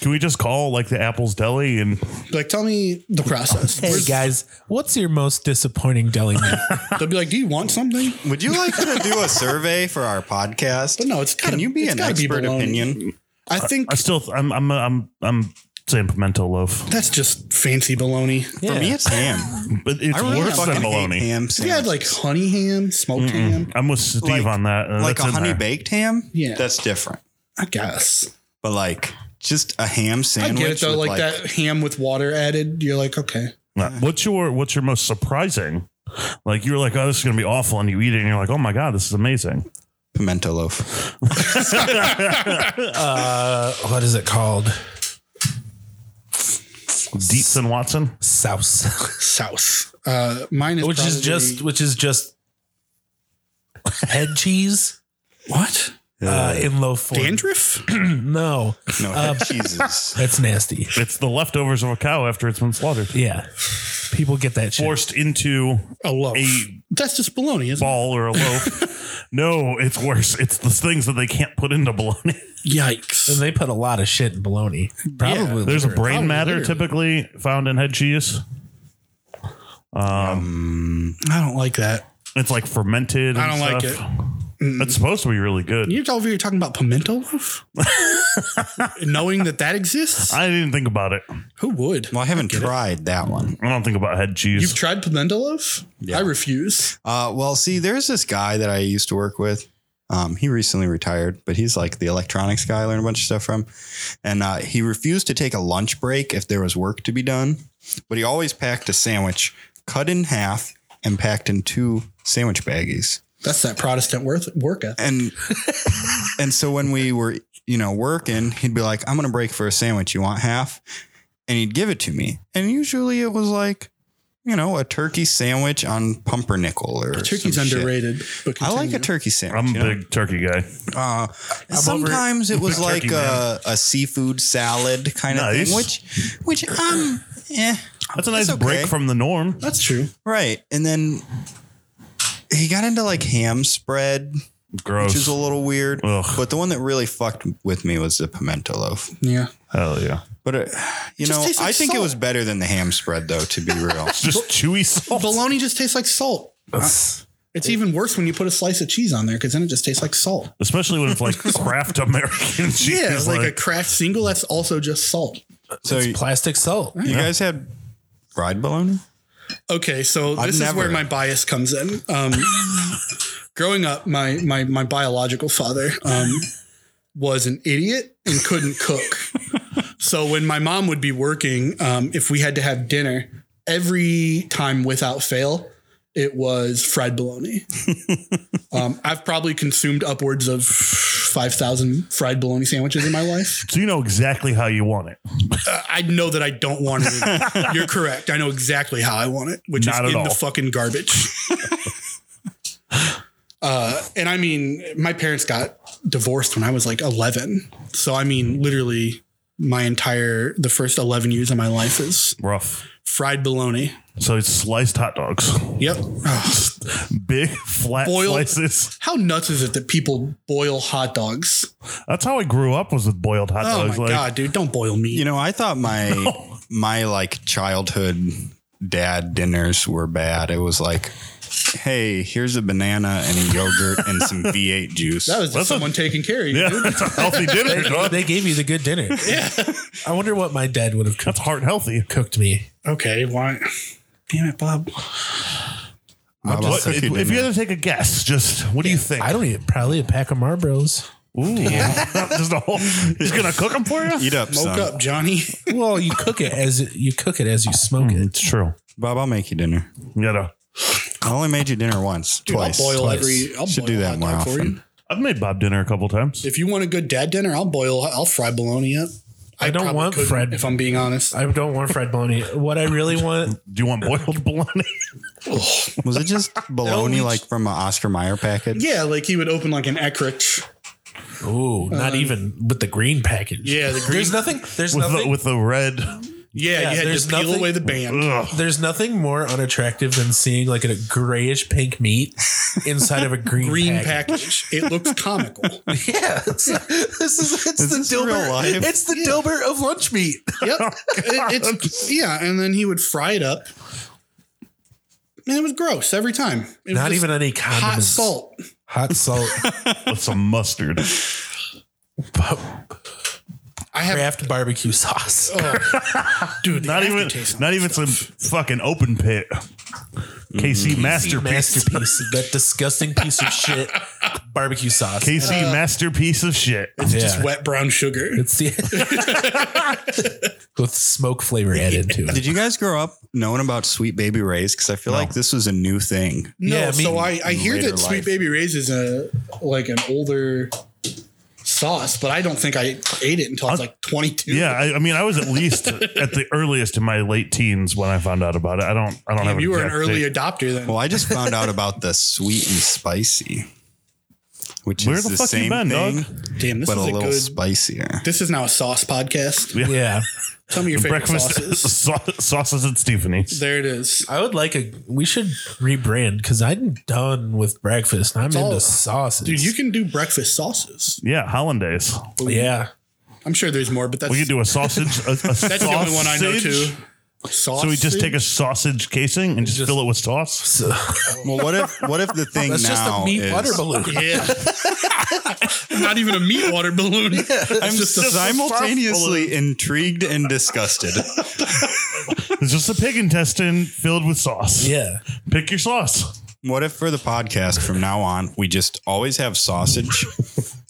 Speaker 3: Can we just call like the Apple's Deli and
Speaker 1: Like, tell me the process.
Speaker 4: Hey guys, what's your most disappointing deli meal?
Speaker 1: They'll be like, "Do you want something?"
Speaker 2: Would you like to do a survey for our podcast?
Speaker 1: But no, it's gotta,
Speaker 2: Can you be
Speaker 1: it's
Speaker 2: an
Speaker 1: gotta
Speaker 2: expert
Speaker 1: baloney.
Speaker 2: opinion?
Speaker 1: I think
Speaker 3: I still I'm I'm I'm I'm saying pimento loaf,
Speaker 1: that's just fancy baloney.
Speaker 2: For me, it's ham.
Speaker 3: but it's
Speaker 2: I really
Speaker 3: worse than
Speaker 2: fucking
Speaker 3: bologna.
Speaker 2: hate ham.
Speaker 1: If you had
Speaker 2: sandwiches.
Speaker 1: like honey ham, smoked ham,
Speaker 3: I'm with Steve
Speaker 2: Like-
Speaker 3: on that. Uh,
Speaker 2: like
Speaker 3: that's
Speaker 2: a
Speaker 3: in
Speaker 2: honey
Speaker 3: there.
Speaker 2: baked ham,
Speaker 1: Yeah.
Speaker 2: that's different.
Speaker 1: I guess.
Speaker 2: But like just a ham
Speaker 1: I
Speaker 2: sandwich,
Speaker 1: get it though.
Speaker 2: with,
Speaker 1: Like, that ham with water added. You're like, okay,
Speaker 3: Nah. What's your What's your most surprising? Like you were like, oh, this is gonna be awful, and you eat it, and you're like, oh my god, this is amazing.
Speaker 2: pimento loaf.
Speaker 4: Uh, what is it called?
Speaker 3: Dietz and Watson.
Speaker 4: Sauce,
Speaker 1: sauce. Uh, mine is
Speaker 4: which is
Speaker 1: probably-
Speaker 4: just which is just head cheese
Speaker 1: what
Speaker 4: uh, in loaf form.
Speaker 1: dandruff.
Speaker 4: No,
Speaker 2: No,
Speaker 1: Uh,
Speaker 2: head cheeses.
Speaker 4: that's nasty.
Speaker 3: It's the leftovers of a cow after it's been slaughtered,
Speaker 4: Yeah, people get that shit.
Speaker 3: forced into
Speaker 1: A loaf.
Speaker 3: A-
Speaker 1: that's just baloney, isn't
Speaker 3: ball or a loaf. no, it's worse. It's the things that they can't put into bologna.
Speaker 1: it? Yikes.
Speaker 4: And they put a lot of shit in bologna. Probably
Speaker 3: There's a
Speaker 4: literally.
Speaker 3: brain
Speaker 1: probably
Speaker 3: matter
Speaker 1: literally.
Speaker 3: typically found in head cheese.
Speaker 1: I don't like that.
Speaker 3: It's like fermented.
Speaker 1: I
Speaker 3: and
Speaker 1: don't like
Speaker 3: stuff. It's supposed to be really good.
Speaker 1: You're over here talking about pimento loaf, knowing that that exists.
Speaker 3: I didn't think about it.
Speaker 1: Who would?
Speaker 2: Well, I haven't tried that one.
Speaker 3: I don't think about head
Speaker 1: You've
Speaker 3: cheese.
Speaker 1: tried pimento loaf? I refuse.
Speaker 2: Uh, well, see, there's this guy that I used to work with. Um, he recently retired, but he's like the electronics guy I learned a bunch of stuff from. And uh, he refused to take a lunch break if there was work to be done, but he always packed a sandwich cut in half and packed in two sandwich baggies.
Speaker 1: That's that Protestant worth work ethic.
Speaker 2: and and so when we were you know working he'd be like i'm gonna break for a sandwich you want half and he'd give it to me and usually it was like you know a turkey sandwich on pumpernickel or
Speaker 1: Turkey's
Speaker 2: some shit.
Speaker 1: underrated. But
Speaker 2: i like a
Speaker 1: continue.
Speaker 2: turkey sandwich
Speaker 3: I'm
Speaker 2: you know?
Speaker 3: a big turkey guy.
Speaker 2: Uh, sometimes it was like a, a seafood salad kind of
Speaker 3: Nice.
Speaker 2: thing which which um yeah
Speaker 3: That's a nice
Speaker 2: okay.
Speaker 3: break from the norm.
Speaker 1: That's true.
Speaker 2: right and then he got into like ham spread
Speaker 3: Gross.
Speaker 2: which is a little weird.
Speaker 3: Ugh.
Speaker 2: But the one that really fucked with me was the pimento loaf.
Speaker 1: Yeah.
Speaker 3: Hell yeah.
Speaker 2: But it, you
Speaker 1: Just
Speaker 2: know,
Speaker 1: tastes like
Speaker 2: I think it
Speaker 1: salt.
Speaker 2: was better than the ham spread, though. To be real,
Speaker 3: Just chewy salt.
Speaker 1: Bologna just tastes like salt. It's even worse when you put a slice of cheese on there because then it just tastes like salt.
Speaker 3: Especially when it's like craft American cheese.
Speaker 1: Yeah, it's like, a
Speaker 3: like,
Speaker 1: craft single that's also just salt.
Speaker 2: so you,
Speaker 4: plastic salt.
Speaker 2: you guys had fried bologna.
Speaker 1: Okay, so
Speaker 2: I've
Speaker 1: this is
Speaker 2: never-
Speaker 1: where my bias comes in. Um, growing up, my my my biological father um, was an idiot and couldn't cook. so when my mom would be working, um, if we had to have dinner, every time without fail, it was fried bologna. um, I've probably consumed upwards of five thousand fried bologna sandwiches in my life.
Speaker 3: so you know exactly how you want it.
Speaker 1: I know that I don't want it. You're correct. I know exactly how I want it, which
Speaker 3: Not at
Speaker 1: is in
Speaker 3: all.
Speaker 1: the fucking garbage. uh, and I mean, my parents got divorced when I was like 11. So I mean, literally, my entire the first 11 years of my life is
Speaker 3: Rough.
Speaker 1: fried bologna.
Speaker 3: So it's sliced hot dogs.
Speaker 1: Yep. Ugh.
Speaker 3: Big flat
Speaker 1: Boiled.
Speaker 3: slices.
Speaker 1: How nuts is it that people boil hot dogs?
Speaker 3: That's how I grew up was with boiled hot
Speaker 1: Oh
Speaker 3: dogs.
Speaker 1: my
Speaker 3: like
Speaker 1: god, dude! Don't boil meat.
Speaker 2: You know, I thought my my like childhood dad dinners were bad. It was like, hey, here's a banana and a yogurt and some V8 juice.
Speaker 1: that was just
Speaker 3: That's a-
Speaker 1: someone taking care of you.
Speaker 3: Yeah,
Speaker 1: dude.
Speaker 3: that's a healthy dinner. dog.
Speaker 4: They gave you the good dinner. Yeah. I wonder what my dad would have cooked,
Speaker 3: That's heart healthy.
Speaker 4: cooked me.
Speaker 1: Okay, why? Damn it, Bob.
Speaker 2: Bob, I'll
Speaker 3: What-
Speaker 2: cook
Speaker 3: if,
Speaker 2: you
Speaker 3: if you
Speaker 2: dinner.
Speaker 3: had to take a guess, just what do you think?
Speaker 4: I don't eat probably a pack of Marlboros.
Speaker 3: Ooh, just a whole. He's gonna cook them for you.
Speaker 2: eat up,
Speaker 1: Smoke
Speaker 2: son.
Speaker 1: up, Johnny.
Speaker 4: Well, you cook it as you cook it as you smoke it.
Speaker 3: It's true.
Speaker 2: Bob, I'll make you dinner.
Speaker 3: You gotta.
Speaker 2: I only made you dinner once,
Speaker 1: Dude,
Speaker 2: twice.
Speaker 1: I'll boil
Speaker 4: twice.
Speaker 1: every. I'll
Speaker 2: Should
Speaker 1: boil
Speaker 2: do
Speaker 1: hot
Speaker 2: that more
Speaker 1: dog For you.
Speaker 2: often.
Speaker 3: I've made Bob dinner a couple times.
Speaker 1: If you want a good dad dinner, I'll boil. I'll fry bologna up.
Speaker 4: I don't
Speaker 1: probably
Speaker 4: want
Speaker 1: couldn't,
Speaker 4: Fred.
Speaker 1: If I'm being honest,
Speaker 4: I don't want fried bologna. What I really want,
Speaker 3: Do you want boiled bologna?
Speaker 2: Was it just bologna like from an Oscar Mayer package?
Speaker 1: yeah, like he would open like an ekrik.
Speaker 4: ooh, not even with the green package.
Speaker 1: Yeah, the green-
Speaker 4: there's nothing. There's
Speaker 3: with
Speaker 4: nothing.
Speaker 3: the with the red
Speaker 1: Yeah,
Speaker 4: Yeah,
Speaker 1: you had
Speaker 4: there's
Speaker 1: to peel
Speaker 4: nothing-
Speaker 1: away the band.
Speaker 3: Ugh.
Speaker 4: There's nothing more unattractive than seeing like a grayish pink meat inside of a green
Speaker 1: Green
Speaker 4: packet.
Speaker 1: package. It looks comical.
Speaker 4: Yeah, it's, this is it's
Speaker 2: Is
Speaker 4: the
Speaker 2: this
Speaker 4: Dilbert.
Speaker 2: real life?
Speaker 4: It's the Dilbert of lunch meat.
Speaker 1: Yep. It- it's yeah, and then he would fry it up. And it was gross every time. It was
Speaker 4: Not
Speaker 1: just
Speaker 4: even any condiments.
Speaker 1: hot salt.
Speaker 4: Hot salt.
Speaker 3: with some mustard.
Speaker 1: I have
Speaker 4: Kraft barbecue sauce.
Speaker 1: dude. the
Speaker 3: Not even
Speaker 1: aftertaste on
Speaker 3: not
Speaker 1: this
Speaker 3: even
Speaker 1: stuff. Mm-hmm.
Speaker 3: some fucking open pit. KC masterpiece.
Speaker 4: masterpiece. that disgusting piece of shit. Barbecue sauce.
Speaker 3: KC
Speaker 1: Uh,
Speaker 3: masterpiece of shit.
Speaker 4: yeah.
Speaker 1: just wet brown sugar.
Speaker 4: It's the with smoke flavor added to it.
Speaker 2: Did you guys grow up knowing about Sweet Baby Ray's? Because I feel like this was a new thing.
Speaker 1: No,
Speaker 4: Yeah, I mean,
Speaker 1: so I, I hear
Speaker 2: later
Speaker 1: that Sweet
Speaker 2: life.
Speaker 1: Baby Ray's is a like an older sauce, but I don't think I ate it until I was like 22.
Speaker 3: Yeah, I, I mean, I was at least at the earliest in my late teens when I found out about it. I don't, I don't have.
Speaker 1: you were an
Speaker 3: exact
Speaker 1: early
Speaker 3: date.
Speaker 1: adopter then.
Speaker 2: Well, I just found out about the sweet and spicy, which
Speaker 3: Where
Speaker 2: is
Speaker 3: the
Speaker 2: the,
Speaker 3: fuck you
Speaker 2: same
Speaker 3: been,
Speaker 2: thing,
Speaker 3: dog?
Speaker 1: Damn, this
Speaker 2: but a
Speaker 1: is a,
Speaker 2: little
Speaker 1: good.
Speaker 2: spicier.
Speaker 1: this is now a sauce podcast.
Speaker 4: Yeah.
Speaker 1: Tell me your favorite
Speaker 3: Breakfast
Speaker 1: sauces.
Speaker 3: sau- sauces at Stephanie's.
Speaker 1: There it is.
Speaker 4: I would like a we should rebrand because I'm done with breakfast. I'm into
Speaker 1: all-
Speaker 4: sauces.
Speaker 1: Dude, you can do breakfast sauces.
Speaker 3: Yeah, hollandaise.
Speaker 4: yeah.
Speaker 1: I'm sure there's more, but that's
Speaker 3: We could do a sausage. A, a
Speaker 1: that's the only one I know too. Sauce.
Speaker 3: So we just take a sausage casing and just,
Speaker 4: Just-
Speaker 3: fill it with sauce.
Speaker 4: So,
Speaker 2: Well, what if what if the thing
Speaker 4: that's just
Speaker 2: now
Speaker 4: a meat
Speaker 2: is
Speaker 4: butter balloon.
Speaker 1: Yeah. Not even a meat water balloon.
Speaker 2: I'm
Speaker 1: just a-
Speaker 2: simultaneously intrigued and disgusted.
Speaker 3: It's just a pig intestine filled with sauce.
Speaker 4: Yeah.
Speaker 3: Pick your sauce.
Speaker 2: What if for the podcast from now on we just always have sausage,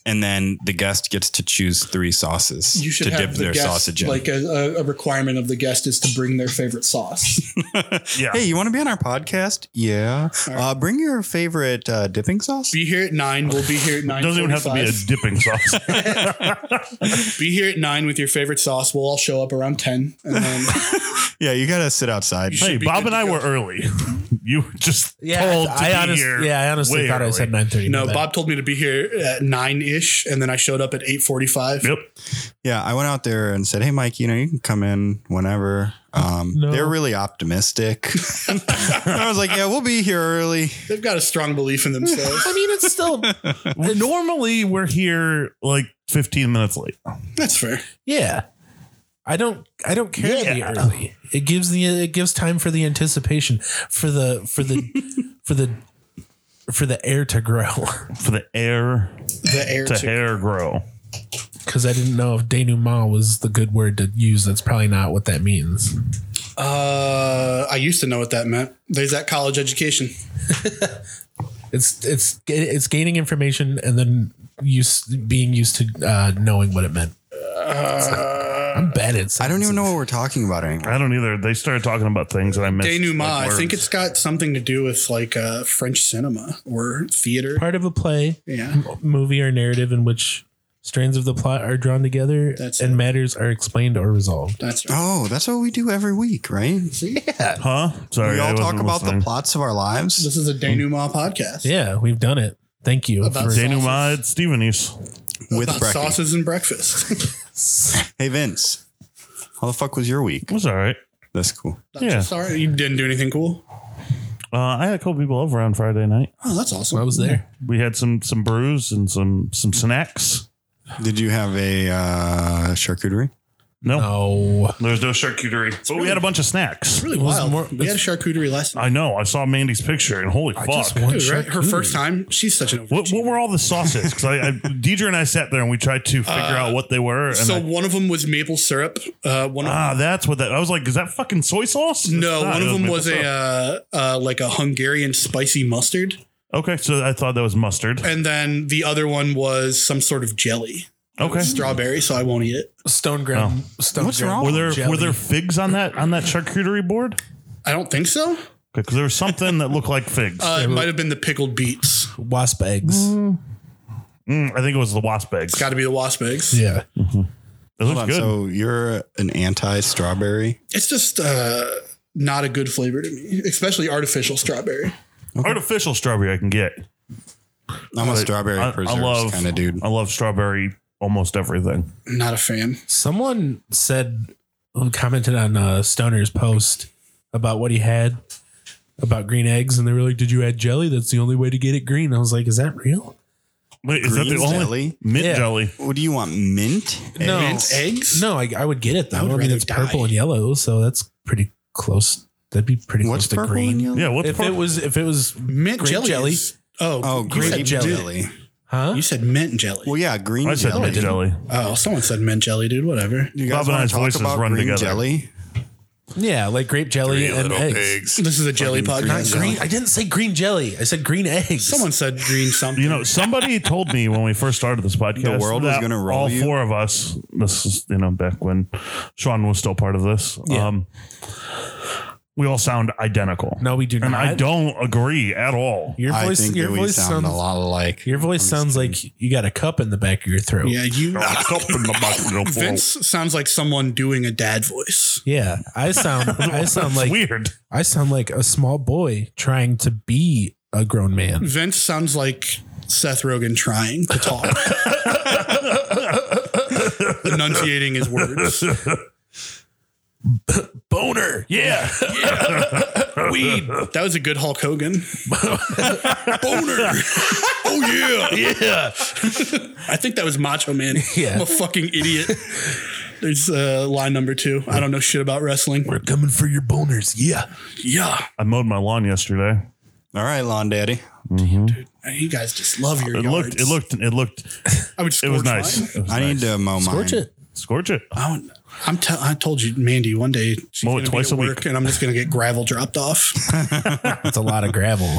Speaker 2: and then the guest gets to choose three sauces
Speaker 1: You should
Speaker 2: to
Speaker 1: have
Speaker 2: dip
Speaker 1: the
Speaker 2: their
Speaker 1: guest,
Speaker 2: sausage in?
Speaker 1: Like a, a- a requirement of the guest is to bring their favorite sauce.
Speaker 3: Yeah.
Speaker 2: hey, you want to be on our podcast? Yeah. Uh, bring your favorite uh, dipping sauce.
Speaker 1: be here at nine. We'll be here at nine.
Speaker 3: Doesn't even have to be a dipping sauce.
Speaker 1: be here at nine with your favorite sauce. We'll all show up around ten, and then
Speaker 2: Yeah, you gotta sit outside.
Speaker 3: hey,
Speaker 1: should be
Speaker 3: Bob
Speaker 1: good
Speaker 3: and
Speaker 1: to
Speaker 3: I
Speaker 1: go.
Speaker 3: were early. You were just told to be
Speaker 4: I honest-
Speaker 3: here.
Speaker 4: yeah, I honestly
Speaker 3: way
Speaker 4: thought I
Speaker 3: early.
Speaker 4: said nine thirty.
Speaker 1: no. Bob told me to be here at nine ish, and then I showed up at eight forty five.
Speaker 3: Yep.
Speaker 2: Yeah, I went out there and said, "Hey, Mike, you know you can come in whenever." Um,
Speaker 4: No.
Speaker 2: They're really optimistic. I was like, "Yeah, we'll be here early."
Speaker 1: They've got a strong belief in themselves.
Speaker 4: I mean, it's still
Speaker 3: Normally we're here like 15 minutes late.
Speaker 1: That's fair.
Speaker 4: yeah. I don't. I don't care to be
Speaker 3: Yeah.
Speaker 4: early. It gives the. It gives time for the anticipation for the for the for the for the air to grow.
Speaker 3: for the air
Speaker 1: The air
Speaker 3: to
Speaker 1: to-
Speaker 3: hair grow.
Speaker 4: Because I didn't know if denouement was the good word to use. That's probably not what that means.
Speaker 1: Uh, I used to know what that meant. There's that college education.
Speaker 4: It's it's it's gaining information and then use being used to uh, knowing what it meant. I'm bad at.
Speaker 2: I don't even know what we're talking about anymore.
Speaker 3: I don't either. They started talking about things that I missed.
Speaker 1: Denouement.
Speaker 3: like,
Speaker 1: I
Speaker 3: words.
Speaker 1: think it's got something to do with like uh, French cinema or theater.
Speaker 4: part of a play,
Speaker 1: Yeah.
Speaker 4: movie, or narrative in which strands of the plot are drawn together
Speaker 1: That's
Speaker 4: and
Speaker 1: it.
Speaker 4: matters are explained or resolved.
Speaker 1: That's right.
Speaker 2: Oh, that's what we do every week, right?
Speaker 3: huh? Sorry,
Speaker 2: we
Speaker 3: I
Speaker 2: all talk
Speaker 3: wasn't
Speaker 2: about
Speaker 3: listening.
Speaker 2: the plots of our lives.
Speaker 1: This is a denouement podcast.
Speaker 4: Yeah, we've done it. Thank you.
Speaker 1: About
Speaker 4: for-
Speaker 3: Denouement at Stephanie's.
Speaker 2: with
Speaker 1: About
Speaker 2: Brecky.
Speaker 1: sauces and breakfast.
Speaker 2: Hey Vince, how the fuck was your week?
Speaker 3: It was all right.
Speaker 2: That's cool.
Speaker 1: That's
Speaker 3: Yeah.
Speaker 1: Sorry, you didn't do anything cool.
Speaker 3: Uh, I had a couple people over on Friday night.
Speaker 1: Oh, that's awesome.
Speaker 4: I was there.
Speaker 3: We had some some brews and some some snacks.
Speaker 2: Did you have a uh, charcuterie?
Speaker 3: No,
Speaker 4: No,
Speaker 3: there was no charcuterie, but we had a bunch of snacks.
Speaker 1: really
Speaker 4: It was
Speaker 1: wild.
Speaker 4: more-
Speaker 1: we had a charcuterie last night.
Speaker 3: I know. I saw Mandy's picture, and holy
Speaker 4: I
Speaker 3: fuck!
Speaker 4: just want
Speaker 1: Dude, right? Her
Speaker 4: charcuterie.
Speaker 1: first time. She's such an
Speaker 3: What, what
Speaker 1: overachiever.
Speaker 3: were all the sauces? Because I, I, Deidre and I sat there and we tried to figure out what they were. And
Speaker 1: So
Speaker 3: I-
Speaker 1: one of them was maple syrup. Uh, one of
Speaker 3: ah, that's what that. I was like, is that fucking soy sauce?
Speaker 1: no,
Speaker 3: It's not.
Speaker 1: one
Speaker 3: It
Speaker 1: of them
Speaker 3: maple
Speaker 1: was
Speaker 3: syrup.
Speaker 1: a uh, uh, like a Hungarian spicy mustard,
Speaker 3: Okay, so I thought that was mustard.
Speaker 1: and then the other one was some sort of jelly,
Speaker 3: Okay.
Speaker 1: strawberry. So I won't eat it.
Speaker 4: stone ground. Stone
Speaker 2: What's
Speaker 4: ground
Speaker 2: wrong?
Speaker 3: Oh. Were there were
Speaker 4: jelly.
Speaker 3: there figs on that on that charcuterie board?
Speaker 1: I don't think so.
Speaker 3: Because there was something that looked like figs.
Speaker 1: Uh, it might have been the pickled beets.
Speaker 4: wasp eggs?
Speaker 3: Mm, I think it was the wasp eggs.
Speaker 1: It's got to be the wasp eggs.
Speaker 4: Yeah,
Speaker 3: It looks
Speaker 2: Hold on,
Speaker 3: good.
Speaker 2: So you're an anti-strawberry.
Speaker 1: It's just uh, not a good flavor to me, especially artificial strawberry.
Speaker 3: Artificial strawberry I can get.
Speaker 2: I'm a strawberry
Speaker 3: I, I
Speaker 2: preserves
Speaker 3: love
Speaker 2: kind of dude.
Speaker 3: I love strawberry almost everything.
Speaker 1: Not a fan.
Speaker 4: someone said commented on uh, Stoner's post about what he had about green eggs, and they were like, "Did you add jelly? That's the only way to get it green." I was like, "Is that real?"
Speaker 3: Wait, is that the
Speaker 2: Green
Speaker 3: only
Speaker 2: jelly?
Speaker 3: mint
Speaker 4: Yeah.
Speaker 3: jelly?
Speaker 2: What do you want? Mint?
Speaker 4: No.
Speaker 2: Mint
Speaker 1: Eggs?
Speaker 4: No, I, I would get it
Speaker 1: I
Speaker 4: though.
Speaker 1: would
Speaker 4: I, mean,
Speaker 1: rather
Speaker 4: it's purple
Speaker 1: die.
Speaker 4: and yellow, so that's pretty close. That'd be pretty
Speaker 2: What's
Speaker 4: close to
Speaker 2: purple?
Speaker 4: green.
Speaker 2: and yellow?
Speaker 3: Yeah, what's
Speaker 4: If it
Speaker 3: purple?
Speaker 4: was, if it was,
Speaker 1: Mint
Speaker 4: Grape
Speaker 1: jelly.
Speaker 4: jelly.
Speaker 1: is- oh,
Speaker 2: Oh,
Speaker 1: you
Speaker 2: grape
Speaker 1: said
Speaker 2: jelly.
Speaker 4: huh?
Speaker 3: Oh.
Speaker 1: You said mint jelly.
Speaker 2: Well, yeah, green
Speaker 3: I said
Speaker 2: jelly.
Speaker 3: mint jelly.
Speaker 1: Oh, someone said mint jelly, dude. Whatever.
Speaker 2: You guys
Speaker 3: Bob and
Speaker 2: want
Speaker 3: I's
Speaker 2: to talk
Speaker 3: voices
Speaker 2: about
Speaker 3: run
Speaker 2: green
Speaker 3: together.
Speaker 2: jelly?
Speaker 4: Yeah, like grape jelly and eggs.
Speaker 1: This is a jelly
Speaker 2: Fucking
Speaker 1: podcast.
Speaker 4: Not green. I didn't say green jelly. I said green eggs.
Speaker 1: Someone said green something.
Speaker 3: You know, somebody told me when we first started this podcast,
Speaker 2: The world was
Speaker 3: that
Speaker 2: gonna roll
Speaker 3: All
Speaker 2: you?
Speaker 3: four of us. This is you know back when Sean was still part of this.
Speaker 4: Yeah.
Speaker 3: Um, we all sound identical.
Speaker 4: No, we do
Speaker 3: and
Speaker 4: not.
Speaker 3: I don't agree at all.
Speaker 4: Your
Speaker 2: I
Speaker 4: voice.
Speaker 2: think
Speaker 4: Your
Speaker 2: that we
Speaker 4: voice
Speaker 2: sound
Speaker 4: sounds.
Speaker 2: a lot alike.
Speaker 4: Your voice sounds like you got a cup in the back of your throat.
Speaker 1: yeah, you. Vince
Speaker 3: Vince,
Speaker 1: sounds like someone doing a dad voice.
Speaker 4: Yeah, I sound. I sound like.
Speaker 3: weird.
Speaker 4: I sound like a small boy trying to be a grown man.
Speaker 1: Vince sounds like Seth Rogen trying to talk, enunciating his words.
Speaker 4: Boner. Yeah. Weed.
Speaker 1: That was a good Hulk Hogan. Boner. oh yeah.
Speaker 4: Yeah.
Speaker 1: I think that was Macho Man.
Speaker 4: Yeah.
Speaker 1: I'm a fucking idiot. There's uh, line number two. I don't know shit about wrestling.
Speaker 4: We're coming for your boners. Yeah.
Speaker 1: Yeah.
Speaker 3: I mowed my lawn yesterday.
Speaker 2: All right, lawn daddy.
Speaker 1: Man, you guys just love your
Speaker 3: It
Speaker 1: yards.
Speaker 3: looked. It looked. It looked.
Speaker 1: I would
Speaker 3: It was
Speaker 1: scorch mine.
Speaker 3: nice. It was
Speaker 2: I
Speaker 3: nice.
Speaker 2: need to mow mine.
Speaker 4: Scorch it.
Speaker 3: scorch it.
Speaker 1: I don't- I'm tell I told you, Mandy, one day she's
Speaker 3: Mow it
Speaker 1: gonna be
Speaker 3: twice
Speaker 1: at
Speaker 3: a week.
Speaker 1: work and I'm just gonna get gravel dropped off.
Speaker 4: That's a lot of gravel.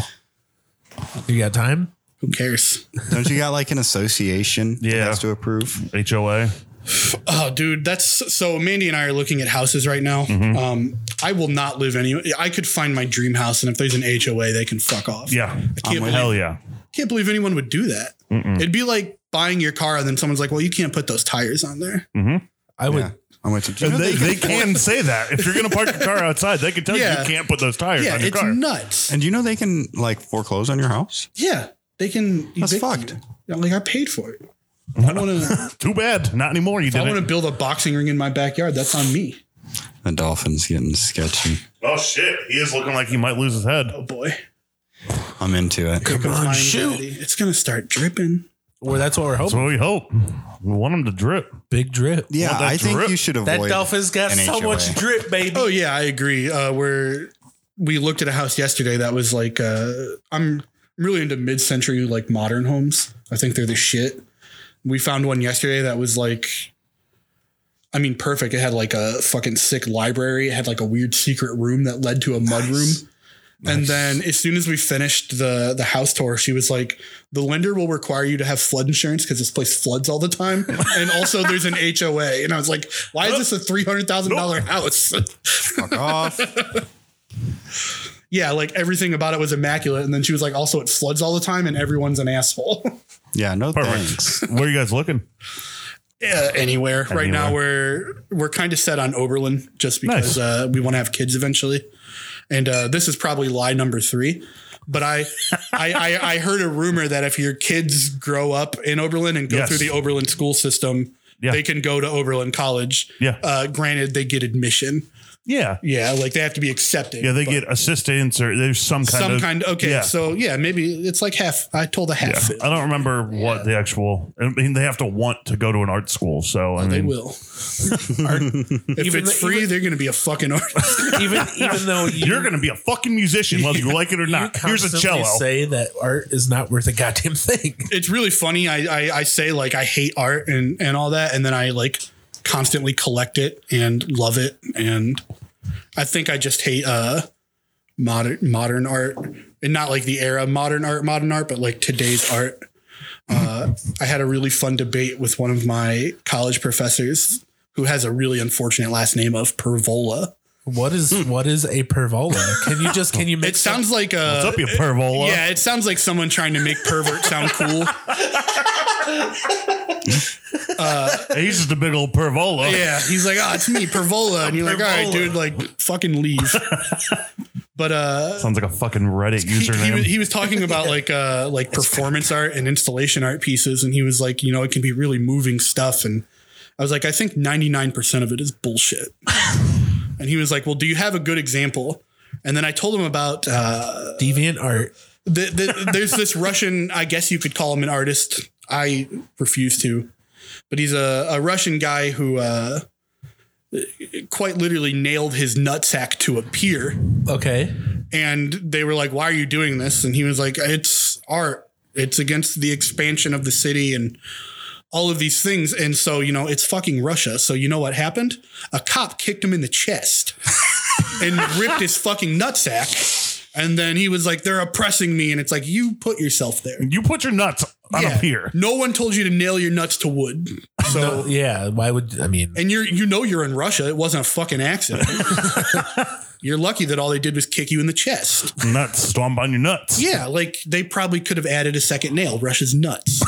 Speaker 4: You got time?
Speaker 1: Who cares?
Speaker 2: Don't you got like an association that
Speaker 3: Yeah.
Speaker 2: has to approve?
Speaker 3: HOA.
Speaker 1: Oh, dude, that's so. Mandy and I are looking at houses right now.
Speaker 3: Mm-hmm.
Speaker 1: Um, I will not live anywhere. I could find my dream house, and if there's an HOA, they can fuck off.
Speaker 3: Yeah.
Speaker 1: I can't believe,
Speaker 3: Hell yeah.
Speaker 1: can't believe anyone would do that. It'd be like buying your car, and then someone's like, "Well, you can't put those tires on there."
Speaker 4: I would.
Speaker 2: Yeah. I went to. Do you
Speaker 3: And
Speaker 2: know
Speaker 3: they,
Speaker 2: they can-
Speaker 3: they can say that if you're going to park your car outside, they can tell you
Speaker 1: Yeah.
Speaker 3: you can't put those tires
Speaker 1: Yeah,
Speaker 3: on your
Speaker 1: it's
Speaker 3: car.
Speaker 1: nuts.
Speaker 2: and do you know they can like foreclose on your house?
Speaker 1: Yeah, they can.
Speaker 2: That's
Speaker 1: evict
Speaker 2: fucked.
Speaker 1: you. Like I paid for it. I want to.
Speaker 3: Too bad. Not anymore. You
Speaker 1: I want to
Speaker 3: didn't.
Speaker 1: build a boxing ring in my backyard. That's on me.
Speaker 2: The dolphin's getting sketchy.
Speaker 3: Oh shit! He is looking like he might lose his head.
Speaker 1: Oh boy,
Speaker 2: I'm into it.
Speaker 1: Here comes
Speaker 4: on,
Speaker 1: my
Speaker 4: shoot.
Speaker 1: anxiety. It's gonna start dripping.
Speaker 4: Well, that's what we're
Speaker 3: That's
Speaker 4: hoping.
Speaker 3: what we hope. We want him to drip.
Speaker 4: Big drip.
Speaker 2: Yeah,
Speaker 3: Want that
Speaker 2: I think
Speaker 3: drip?
Speaker 2: you should avoid.
Speaker 4: got
Speaker 2: an HOA.
Speaker 4: drip, baby.
Speaker 1: Oh yeah, I agree. Uh, we're we looked at a house yesterday that was like uh, I'm I'm really into mid-century like modern homes. I think they're the shit. We found one yesterday that was like, I mean, perfect. It had like a fucking sick library. It had like a weird secret room that led to a mud room. And then as soon as we finished the the house tour, she was like, "The lender will require you to have flood insurance because this place floods all the time, and also there's an HOA." And I was like, "Why is this a three hundred thousand dollar house?"
Speaker 2: Fuck off.
Speaker 1: yeah, like everything about it was immaculate. And then she was like, also, it floods all the time and everyone's an asshole.
Speaker 2: Yeah, no
Speaker 3: Perfect.
Speaker 2: thanks.
Speaker 3: Where are you guys looking?
Speaker 1: yeah, anywhere. Right now, we're we're kind of set on Oberlin just because
Speaker 3: Nice.
Speaker 1: uh, we want to have kids eventually. And uh, this is probably lie number three. But I, I, I, I heard a rumor that if your kids grow up in Oberlin and go
Speaker 3: Yes.
Speaker 1: through the Oberlin school system,
Speaker 3: Yeah.
Speaker 1: they can go to Oberlin College.
Speaker 3: Yeah.
Speaker 1: Uh, granted, they get admission.
Speaker 3: Yeah.
Speaker 1: Yeah, like they have to be accepted.
Speaker 3: Yeah, they
Speaker 1: but-
Speaker 3: get assistance or there's some kind
Speaker 1: some
Speaker 3: of
Speaker 1: kind. Okay,
Speaker 3: yeah.
Speaker 1: so yeah, maybe it's like half. I told a half.
Speaker 3: I don't remember what the actual. I mean, they have to want to go to an art school, so I mean,
Speaker 1: Oh, They will. if
Speaker 4: Even
Speaker 1: it's
Speaker 4: the-
Speaker 1: free, they're going to be a fucking artist.
Speaker 4: even even though you,
Speaker 3: You're going to be a fucking musician, whether you like it or
Speaker 4: you
Speaker 3: not. Here's a
Speaker 4: constantly
Speaker 3: cello.
Speaker 4: Say that art is not worth a goddamn thing.
Speaker 1: it's really funny. I, I I say like I hate art and and all that, and then I like constantly collect it and love it, and I think I just hate uh modern modern art and not like the era modern art modern art, but like today's art. Uh, I had a really fun debate with one of my college professors who has a really unfortunate last name of Pervola.
Speaker 4: What is what is a pervola? Can you just can you
Speaker 1: It
Speaker 4: make
Speaker 1: sounds like uh,
Speaker 3: What's up, you pervola?
Speaker 1: Yeah, it sounds like someone trying to make pervert sound cool.
Speaker 3: He's just a big old pervola.
Speaker 1: Yeah, he's like, oh, it's me, Pervola, and you're like, all right, dude, like, fucking leave. But uh,
Speaker 3: Sounds like a fucking Reddit
Speaker 1: he, he
Speaker 3: username.
Speaker 1: was, he was talking about like uh, like performance art and installation art pieces, and he was like, you know, it can be really moving stuff, and I was like, I think 99% of it is bullshit. and he was like, Well, do you have a good example? And then I told him about uh,
Speaker 4: Deviant art.
Speaker 1: the, the, there's this Russian, I guess you could call him an artist. I refuse to, but he's a, a Russian guy who uh, quite literally nailed his nutsack to a pier.
Speaker 4: Okay.
Speaker 1: And they were like, Why are you doing this? And he was like, It's art, it's against the expansion of the city and all of these things. And so, you know, it's fucking Russia. So, you know what happened? A cop kicked him in the chest and ripped his fucking nutsack. And then he was like, They're oppressing me. And it's like, You put yourself there.
Speaker 3: You put your nuts on
Speaker 1: Yeah.
Speaker 3: a pier.
Speaker 1: No one told you to nail your nuts to wood. So
Speaker 4: Yeah. Why would I mean?
Speaker 1: and you're you know you're in Russia. It wasn't a fucking accident. you're lucky that all they did was kick you in the chest.
Speaker 3: Nuts. Stomp on your nuts.
Speaker 1: Yeah, like they probably could have added a second nail. Russia's nuts.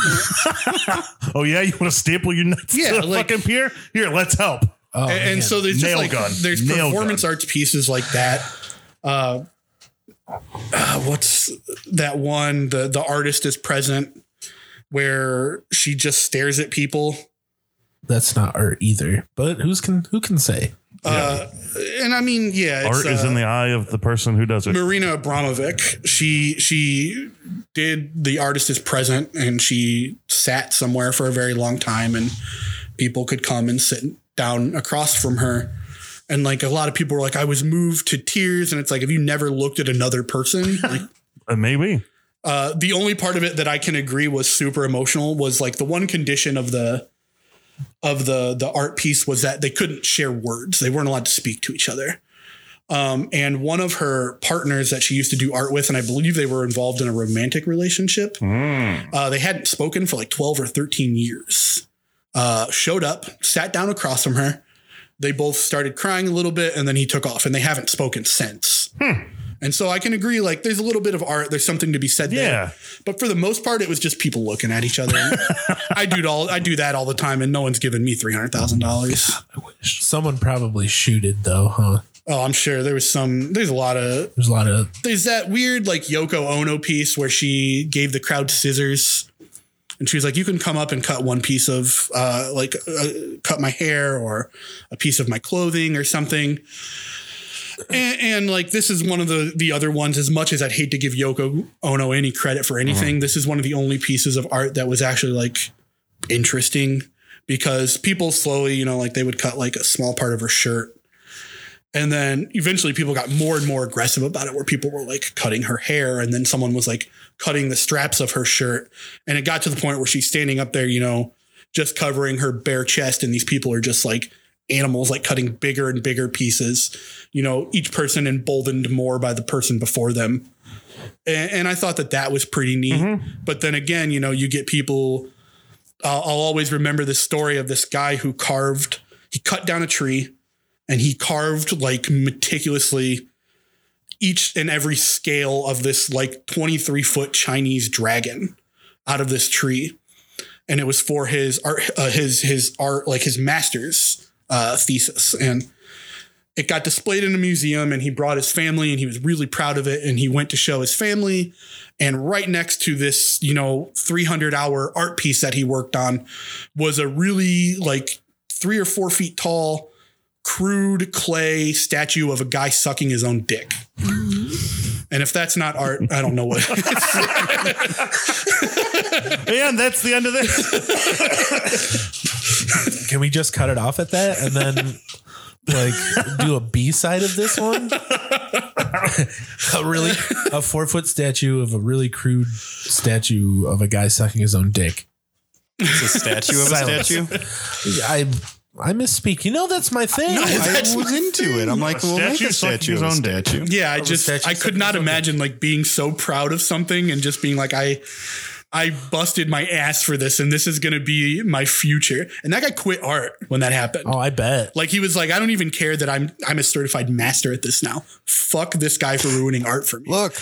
Speaker 3: Oh, yeah? You want to staple your nuts
Speaker 1: Yeah,
Speaker 3: to the
Speaker 1: like-
Speaker 3: fucking pier? Here, let's help.
Speaker 4: Oh,
Speaker 1: and, and
Speaker 4: man.
Speaker 1: so there's just
Speaker 3: Nail
Speaker 1: like
Speaker 3: gun.
Speaker 1: there's
Speaker 3: Nail
Speaker 1: performance
Speaker 3: gun.
Speaker 1: arts pieces like that. Uh, uh, what's that one? The the artist is present where she just stares at people.
Speaker 4: that's not art either. But who's can who can say?
Speaker 1: Uh, and I mean, yeah, it's,
Speaker 3: Art is
Speaker 1: uh,
Speaker 3: in the eye of the person who does it.
Speaker 1: Marina Abramovic. She she did the artist is present, and she sat somewhere for a very long time, and people could come and sit down across from her. And like a lot of people were like, I was moved to tears, and it's like, have you never looked at another person? Like,
Speaker 3: Uh, maybe.
Speaker 1: uh, the only part of it that I can agree was super emotional was like the one condition of the of the the art piece was that they couldn't share words. They weren't allowed to speak to each other. Um, and one of her partners that she used to do art with, and I believe they were involved in a romantic relationship. Uh, they hadn't spoken for like twelve or thirteen years. Uh, showed up, sat down across from her. They both started crying a little bit, and then he took off, and they haven't spoken since. And so I can agree, like, there's a little bit of art. There's something to be said there.
Speaker 3: Yeah.
Speaker 1: But for the most part, it was just people looking at each other. And I do it all. I do that all the time, and no one's giving me three hundred thousand dollars.
Speaker 4: Someone probably shooted though, huh?
Speaker 1: Oh, I'm sure there was some. There's a lot of.
Speaker 4: There's a lot of
Speaker 1: There's that weird like Yoko Ono piece where she gave the crowd scissors, and she was like, "You can come up and cut one piece of uh, like uh, cut my hair or a piece of my clothing or something." And, and like this is one of the the other ones. As much as I'd hate to give Yoko Ono any credit for anything, this is one of the only pieces of art that was actually like interesting because people slowly, you know, like they would cut like a small part of her shirt. And then eventually people got more and more aggressive about it, where people were like cutting her hair. And then someone was like cutting the straps of her shirt. And it got to the point where she's standing up there, you know, just covering her bare chest. And these people are just like animals, like cutting bigger and bigger pieces, you know, each person emboldened more by the person before them. And, and I thought that that was pretty neat. But then again, you know, you get people I'll, I'll always remember this story of this guy who carved, he cut down a tree and he carved like meticulously each and every scale of this like 23 foot Chinese dragon out of this tree. And it was for his art, uh, his, his art, like his master's uh, thesis. And it got displayed in a museum and he brought his family and he was really proud of it. And he went to show his family and right next to this you know 300 hour art piece that he worked on was a really like three or four feet tall crude clay statue of a guy sucking his own dick and if that's not art i don't know what
Speaker 3: And that's the end of this.
Speaker 4: Can we just cut it off at that and then like do a B side of this one? a really a four foot statue of a really crude statue of a guy sucking his own dick.
Speaker 2: It's a statue of a
Speaker 4: Silence.
Speaker 2: statue.
Speaker 4: I I misspeak. You know that's my thing.
Speaker 2: I was into it. I'm like,
Speaker 3: A
Speaker 2: well, make
Speaker 3: statue
Speaker 2: a
Speaker 3: sucking
Speaker 2: statue
Speaker 3: his
Speaker 2: of a
Speaker 3: own
Speaker 2: statue.
Speaker 1: yeah i
Speaker 4: Of a
Speaker 1: just
Speaker 4: statue
Speaker 1: i could
Speaker 4: sucking his
Speaker 1: not
Speaker 4: own
Speaker 1: imagine like being so proud of something and just being like i i busted my ass for this and this is going to be my future and that guy quit art when that happened
Speaker 4: oh, I bet.
Speaker 1: Like he was like, I don't even care that I'm I'm a certified master at this now. Fuck this guy for ruining art for me.
Speaker 2: Look,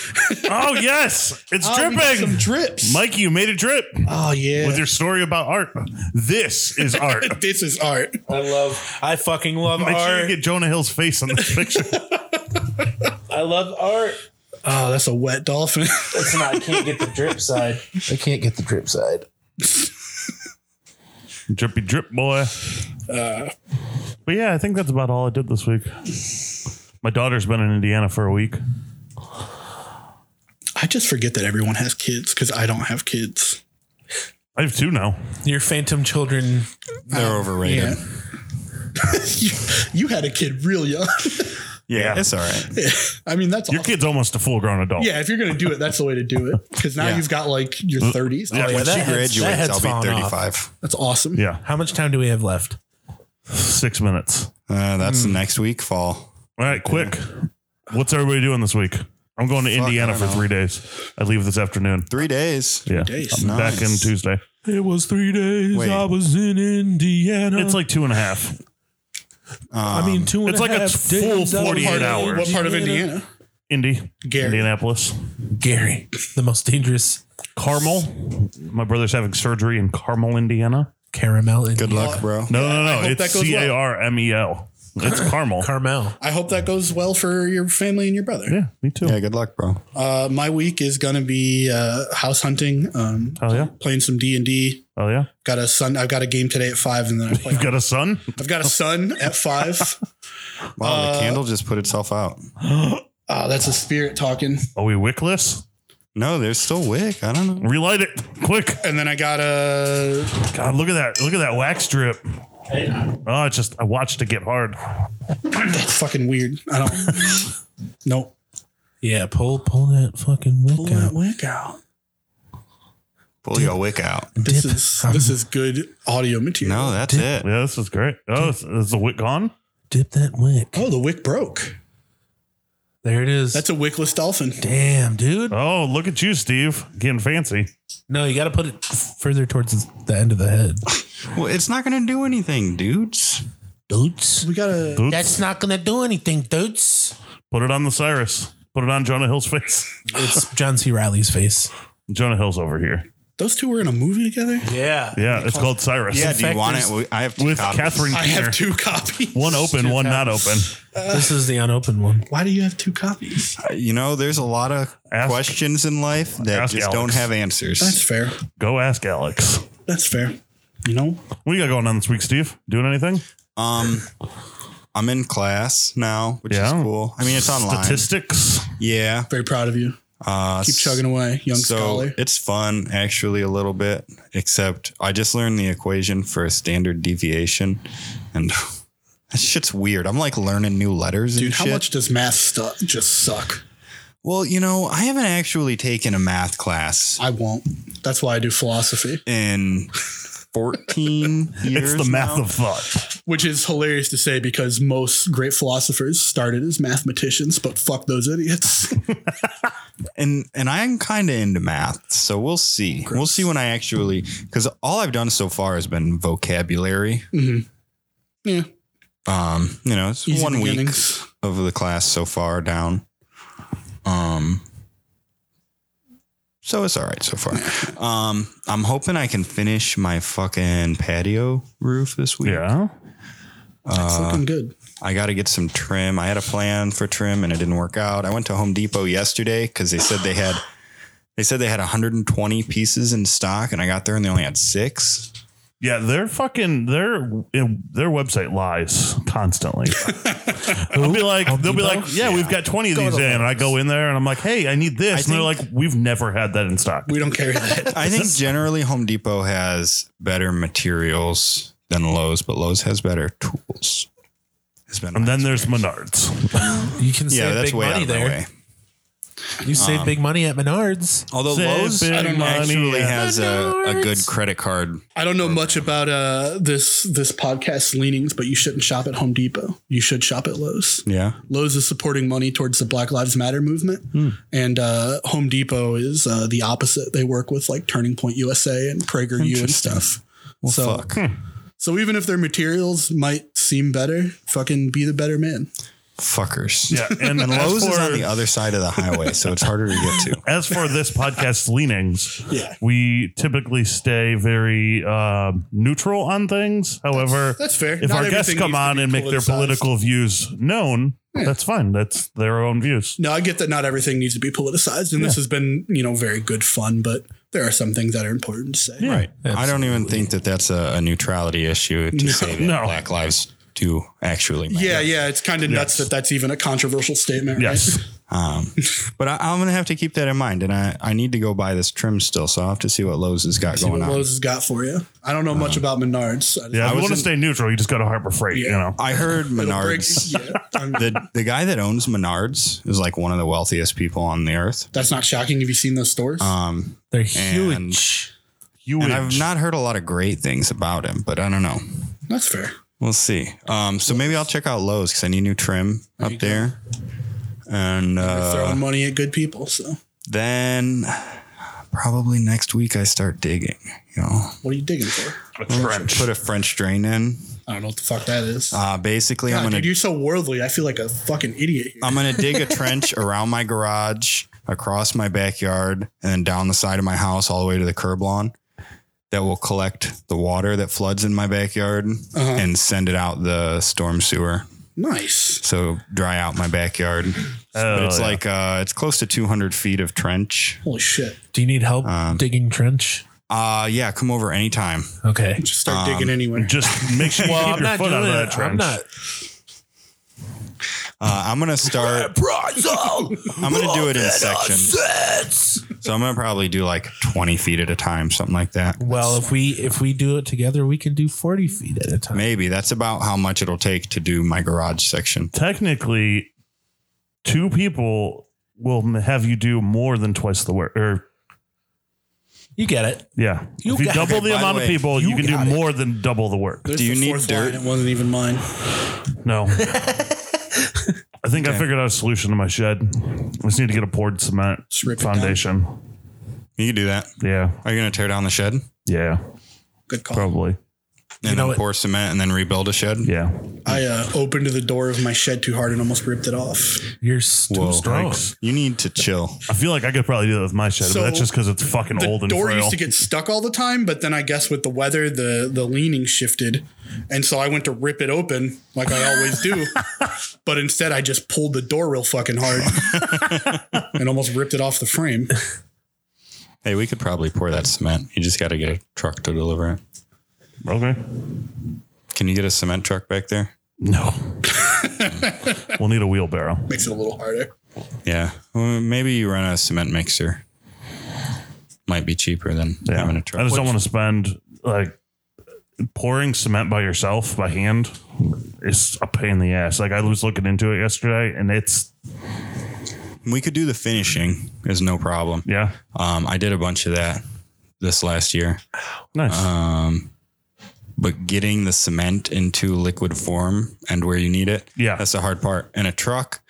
Speaker 3: Oh, yes. It's
Speaker 1: Oh, we got Some
Speaker 3: dripping.
Speaker 1: drips.
Speaker 3: Mikey, you made a drip
Speaker 1: oh yeah.
Speaker 3: with your story about art. This is art.
Speaker 1: this is art.
Speaker 4: I love I fucking love
Speaker 3: Make sure you get Jonah Hill's face on this picture.
Speaker 4: I love art.
Speaker 1: Oh, that's a wet dolphin.
Speaker 4: It's not I can't get the drip side. I can't get the drip side.
Speaker 3: Drippy drip boy.
Speaker 1: Uh.
Speaker 3: But yeah, I think that's about all I did this week. My daughter's been in Indiana for a week.
Speaker 1: I just forget that everyone has kids because I don't have kids.
Speaker 3: I have two now.
Speaker 4: Your phantom children.
Speaker 2: They're overrated. Um, Yeah.
Speaker 1: you, you had a kid real young.
Speaker 3: Yeah.
Speaker 2: It's all right.
Speaker 1: I mean, that's
Speaker 3: Your
Speaker 1: awesome.
Speaker 3: kid's almost a full grown adult.
Speaker 1: Yeah, if you're gonna do it, that's the way to do it. Because now
Speaker 2: Yeah.
Speaker 1: you've got like your 30s.
Speaker 3: Mm. Yeah.
Speaker 2: When
Speaker 4: that
Speaker 2: she
Speaker 4: head's- that
Speaker 2: graduates,
Speaker 4: head's
Speaker 2: I'll be
Speaker 4: fallen
Speaker 2: 35.
Speaker 4: off.
Speaker 1: That's awesome.
Speaker 3: Yeah.
Speaker 4: How much time do we have left?
Speaker 3: Six minutes.
Speaker 2: Uh, that's next week, fall.
Speaker 3: All right, quick. What's everybody doing this week? I'm going to Indiana
Speaker 2: I
Speaker 3: for
Speaker 2: don't know.
Speaker 3: three days. I leave this afternoon.
Speaker 2: Three days.
Speaker 3: Yeah.
Speaker 1: days.
Speaker 3: I'm back in
Speaker 2: Nice.
Speaker 3: Tuesday.
Speaker 4: It was three days
Speaker 2: Wait. I
Speaker 4: was in Indiana.
Speaker 1: Um,
Speaker 3: It's like two and a half.
Speaker 4: I mean, two.
Speaker 3: it's like a full 48 hours.
Speaker 1: What part of Indiana?
Speaker 3: Indy.
Speaker 1: Gary.
Speaker 3: Indianapolis.
Speaker 4: Gary, the most dangerous
Speaker 3: Carmel. My brother's having surgery in Carmel, Indiana.
Speaker 4: caramel in
Speaker 2: Good luck, bro.
Speaker 3: No, no,
Speaker 1: I
Speaker 3: no.
Speaker 1: hope
Speaker 3: It's
Speaker 1: that goes well.
Speaker 3: C A R M E L. It's Carmel.
Speaker 4: Carmel.
Speaker 1: I hope that goes well for your family and your brother.
Speaker 3: yeah, me too.
Speaker 2: Yeah, good luck, bro.
Speaker 1: Uh, my week is gonna be uh, house hunting, um,
Speaker 3: Oh yeah.
Speaker 1: playing some D and D.
Speaker 3: Oh yeah.
Speaker 1: Got a son. I've got a game today at five, and then I play.
Speaker 3: You've got a son?
Speaker 1: I've got a son at five.
Speaker 2: Wow, the candle just put itself out.
Speaker 1: Oh, that's a spirit talking.
Speaker 3: Are we wickless?
Speaker 2: No, there's still wick. I don't know.
Speaker 3: Relight it. Quick.
Speaker 1: And then I got a
Speaker 3: God, look at that. Look at that wax drip. Oh, it's just I watched it get hard.
Speaker 1: that's fucking weird. I don't. nope.
Speaker 4: Yeah, pull pull that fucking wick out.
Speaker 1: Wick out.
Speaker 2: Pull your wick out.
Speaker 1: This
Speaker 4: Dip.
Speaker 1: is this is good audio material.
Speaker 2: No, that's it.
Speaker 3: Yeah, this is great. Oh, is, is the wick gone?
Speaker 4: Dip that wick.
Speaker 1: Oh, the wick broke.
Speaker 4: There it is.
Speaker 1: That's a wickless dolphin.
Speaker 4: damn, dude.
Speaker 3: Oh, look at you, Steve. Getting fancy.
Speaker 4: No, you got to put it further towards the end of the head.
Speaker 2: Well, it's not going to do anything, dudes.
Speaker 4: Dudes,
Speaker 1: We got a
Speaker 3: Oops.
Speaker 4: not gonna do anything, dudes.
Speaker 3: Put it on the Cyrus. Put it on Jonah Hill's face.
Speaker 4: It's John C. Riley's face.
Speaker 3: Jonah Hill's over here.
Speaker 1: those two were in a movie together.
Speaker 4: Yeah.
Speaker 3: Yeah, it's called Cyrus.
Speaker 2: Yeah, do you
Speaker 4: fact
Speaker 2: want
Speaker 4: is-
Speaker 2: it? We- I have two
Speaker 3: With
Speaker 2: copies.
Speaker 3: Catherine
Speaker 1: I have
Speaker 3: Keener.
Speaker 1: two copies.
Speaker 3: One open, one not open.
Speaker 4: This is the unopened one.
Speaker 1: Why do you have two copies?
Speaker 2: You know, there's a lot of
Speaker 3: Ask-
Speaker 2: questions in life that
Speaker 3: ask
Speaker 2: just
Speaker 3: Alex.
Speaker 2: don't have answers.
Speaker 1: That's fair.
Speaker 3: Go ask Alex.
Speaker 1: That's fair. You know,
Speaker 3: What you got going on this week, Steve? Doing anything?
Speaker 2: Um, I'm in class now, which
Speaker 3: Yeah.
Speaker 2: is cool. I mean, it's online.
Speaker 3: Statistics.
Speaker 2: Yeah.
Speaker 1: very proud of you.
Speaker 2: Uh,
Speaker 1: Keep chugging away, young
Speaker 2: so
Speaker 1: scholar.
Speaker 2: it's fun actually a little bit, except I just learned the equation for a standard deviation, and that shit's weird. I'm like learning new letters
Speaker 1: Dude,
Speaker 2: and
Speaker 1: how
Speaker 2: shit.
Speaker 1: much does math stuff just suck?
Speaker 2: well, you know, I haven't actually taken a math class
Speaker 1: I won't. That's why I do philosophy,
Speaker 2: in 14 years.
Speaker 3: It's the math
Speaker 2: now.
Speaker 3: of thought.
Speaker 1: which is hilarious to say because most great philosophers started as mathematicians, but fuck those idiots.
Speaker 2: and and I'm kind of into math, so we'll see. We'll see when I actually because all I've done so far has been vocabulary.
Speaker 1: yeah.
Speaker 2: Um, you know, it's
Speaker 1: Easy
Speaker 2: one week
Speaker 1: beginnings.
Speaker 2: of the class so far down. Um, so it's all right so far. Um, I'm hoping I can finish my fucking patio roof this week.
Speaker 3: Yeah.
Speaker 1: It's looking good.
Speaker 2: I got to get some trim. I had a plan for trim and it didn't work out. I went to Home Depot yesterday because they said they had they said they had 120 pieces in stock, and I got there and they only had six.
Speaker 3: Yeah, their fucking their their website lies constantly. they'll be like,
Speaker 4: Home
Speaker 3: they'll be
Speaker 4: Depot?
Speaker 3: like, yeah, we've got twenty of these in, and I go in there and I'm like, hey, I need this, and they're like, we've never had that in stock.
Speaker 1: We don't carry that.
Speaker 2: I think generally Home Depot has better materials than Lowe's, but Lowe's has better tools. Has been
Speaker 3: And then there's Menards.
Speaker 4: You can
Speaker 2: yeah,
Speaker 4: save
Speaker 2: that's
Speaker 4: big
Speaker 2: way out
Speaker 4: money
Speaker 2: of my
Speaker 4: there.
Speaker 2: way. Um,
Speaker 4: You save big money at Menards.
Speaker 2: Although
Speaker 3: Save
Speaker 2: Lowe's
Speaker 3: big money
Speaker 2: actually
Speaker 3: at
Speaker 2: has a, a good credit card.
Speaker 1: I don't know much about uh, this this podcast's leanings, but you shouldn't shop at Home Depot. You should shop at Lowe's.
Speaker 2: Yeah.
Speaker 1: Lowe's is supporting money towards the Black Lives Matter movement, and uh, Home Depot is uh, the opposite. They work with like Turning Point USA and PragerU and stuff. so,
Speaker 2: fuck.
Speaker 1: so even if their materials might seem better, fucking be the better man.
Speaker 2: Fuckers.
Speaker 3: Yeah, and,
Speaker 2: And
Speaker 3: as
Speaker 2: Lowe's
Speaker 3: for,
Speaker 2: is on the other side of the highway, so it's harder to get to.
Speaker 3: as for this podcast's leanings,
Speaker 1: Yeah.
Speaker 3: we typically stay very uh, neutral on things. However,
Speaker 1: That's fair.
Speaker 3: if our guests
Speaker 1: everything
Speaker 3: come
Speaker 1: needs to
Speaker 3: on
Speaker 1: be
Speaker 3: and make their
Speaker 1: politicized.
Speaker 3: political views known, that's fine. That's their own views.
Speaker 1: No, I get that not everything needs to be politicized, and this has been, you know, very good fun, but there are some things that are important to say.
Speaker 2: Right. I don't even think that that's a, a neutrality issue to say that
Speaker 3: No.
Speaker 2: Black lives do actually matter.
Speaker 1: Yeah, yeah, it's kind of nuts that that's even a controversial statement. right?
Speaker 3: Yes.
Speaker 2: Um, but I, I'm going to have to keep that in mind. And I, I need to go buy this trim still. So I'll have to see what Lowe's has got
Speaker 1: See what
Speaker 2: going on.
Speaker 1: Lowe's has got for you. I don't know much about Menards. I just-
Speaker 2: Uh-huh.
Speaker 3: Yeah,
Speaker 2: I
Speaker 3: if
Speaker 2: was
Speaker 3: you want
Speaker 2: in-
Speaker 3: to stay neutral, you just go to Harbor Freight, you
Speaker 1: Yeah.
Speaker 3: know.
Speaker 2: I heard
Speaker 1: Little
Speaker 2: Menards.
Speaker 1: bricks, yeah. I'm-
Speaker 2: the, the guy that owns Menards is like one of the wealthiest people on the earth.
Speaker 1: that's not shocking. Have you seen those stores?
Speaker 2: Um,
Speaker 4: They're
Speaker 2: And-
Speaker 4: huge.
Speaker 3: You
Speaker 2: and
Speaker 3: would-
Speaker 2: I've not heard a lot of great things about him, but I don't know.
Speaker 1: that's fair.
Speaker 2: We'll see. Um, so maybe I'll check out Lowe's because I need new trim up there. And uh,
Speaker 1: Throwing money at good people. So
Speaker 2: then probably next week I start digging. You know,
Speaker 1: what are you digging for?
Speaker 3: a trench.
Speaker 2: put a French drain in.
Speaker 1: I don't know what the fuck that is.
Speaker 2: Uh, basically,
Speaker 1: God,
Speaker 2: I'm gonna Uh,
Speaker 1: dude, you're so worldly. I feel like a fucking idiot here.
Speaker 2: I'm gonna dig a trench around my garage, across my backyard, and then down the side of my house all the way to the curb lawn. That will collect the water that floods in my backyard and send it out the storm sewer.
Speaker 1: nice.
Speaker 2: So dry out my backyard. but
Speaker 3: Oh,
Speaker 2: it's
Speaker 3: yeah.
Speaker 2: like uh, it's close to 200 feet of trench.
Speaker 1: Holy shit.
Speaker 4: Do you need help
Speaker 2: um,
Speaker 4: digging trench?
Speaker 2: Uh, yeah, come over anytime.
Speaker 4: Okay.
Speaker 1: Just start digging
Speaker 2: um,
Speaker 1: anywhere.
Speaker 3: Just make sure you keep your foot out of that trench.
Speaker 4: I'm not.
Speaker 2: Uh, I'm gonna start. I'm gonna do it in sections. So I'm gonna probably do like 20 feet at a time, something like that.
Speaker 4: Well, if we if we do it together, we can do forty feet at a time.
Speaker 2: Maybe that's about how much it'll take to do my garage section.
Speaker 3: Technically, two people will m- have you do more than twice the work. Or
Speaker 4: You get it.
Speaker 3: yeah,
Speaker 4: You
Speaker 3: if you
Speaker 4: got-
Speaker 3: double
Speaker 2: Okay, by
Speaker 3: the
Speaker 2: the
Speaker 3: amount
Speaker 2: way,
Speaker 3: of people, you,
Speaker 4: you
Speaker 3: can do
Speaker 4: got it.
Speaker 3: more than double the work.
Speaker 1: There's
Speaker 2: Do you
Speaker 1: the
Speaker 2: need
Speaker 1: fourth
Speaker 2: dirt?
Speaker 1: Line. It wasn't even mine.
Speaker 3: No. I think I figured out a solution to my shed. I just need to get a poured cement
Speaker 1: Just rip it down.
Speaker 3: foundation.
Speaker 2: You can do that.
Speaker 3: Yeah,
Speaker 2: Are you gonna tear down the shed and
Speaker 3: yeah,
Speaker 1: Good call.
Speaker 3: probably.
Speaker 2: then
Speaker 4: know what-
Speaker 2: pour cement and then rebuild a shed?
Speaker 3: Yeah,
Speaker 1: I uh, opened the door of my shed too hard and almost ripped it off.
Speaker 4: You're s- too
Speaker 2: Whoa.
Speaker 4: strong.
Speaker 2: You need to chill.
Speaker 3: I feel like I could probably do that with my shed,
Speaker 1: So,
Speaker 3: but that's just because it's fucking
Speaker 1: The
Speaker 3: old and
Speaker 1: door
Speaker 3: frail.
Speaker 1: used to get stuck all the time, but then I guess with the weather, the the leaning shifted, and so I went to rip it open like I always do, but instead I just pulled the door real fucking hard and almost ripped it off the frame.
Speaker 2: Hey, we could probably pour that cement. You just got to get a truck to deliver it.
Speaker 3: okay.
Speaker 2: Can you get a cement truck back there?
Speaker 3: No. we'll need a wheelbarrow.
Speaker 1: Makes it a little harder.
Speaker 2: Yeah. Well, maybe you run a cement mixer. Might be cheaper than
Speaker 3: Yeah.
Speaker 2: having a
Speaker 3: I
Speaker 2: truck.
Speaker 3: just don't want to spend like pouring cement by yourself by hand is a pain in the ass. Like I was looking into it yesterday and it's
Speaker 2: we could do the finishing. Is no problem.
Speaker 3: yeah.
Speaker 2: Um, I did a bunch of that this last year.
Speaker 3: Nice.
Speaker 2: but getting the cement into liquid form and where you need it
Speaker 3: Yeah.
Speaker 2: that's the hard part in a truck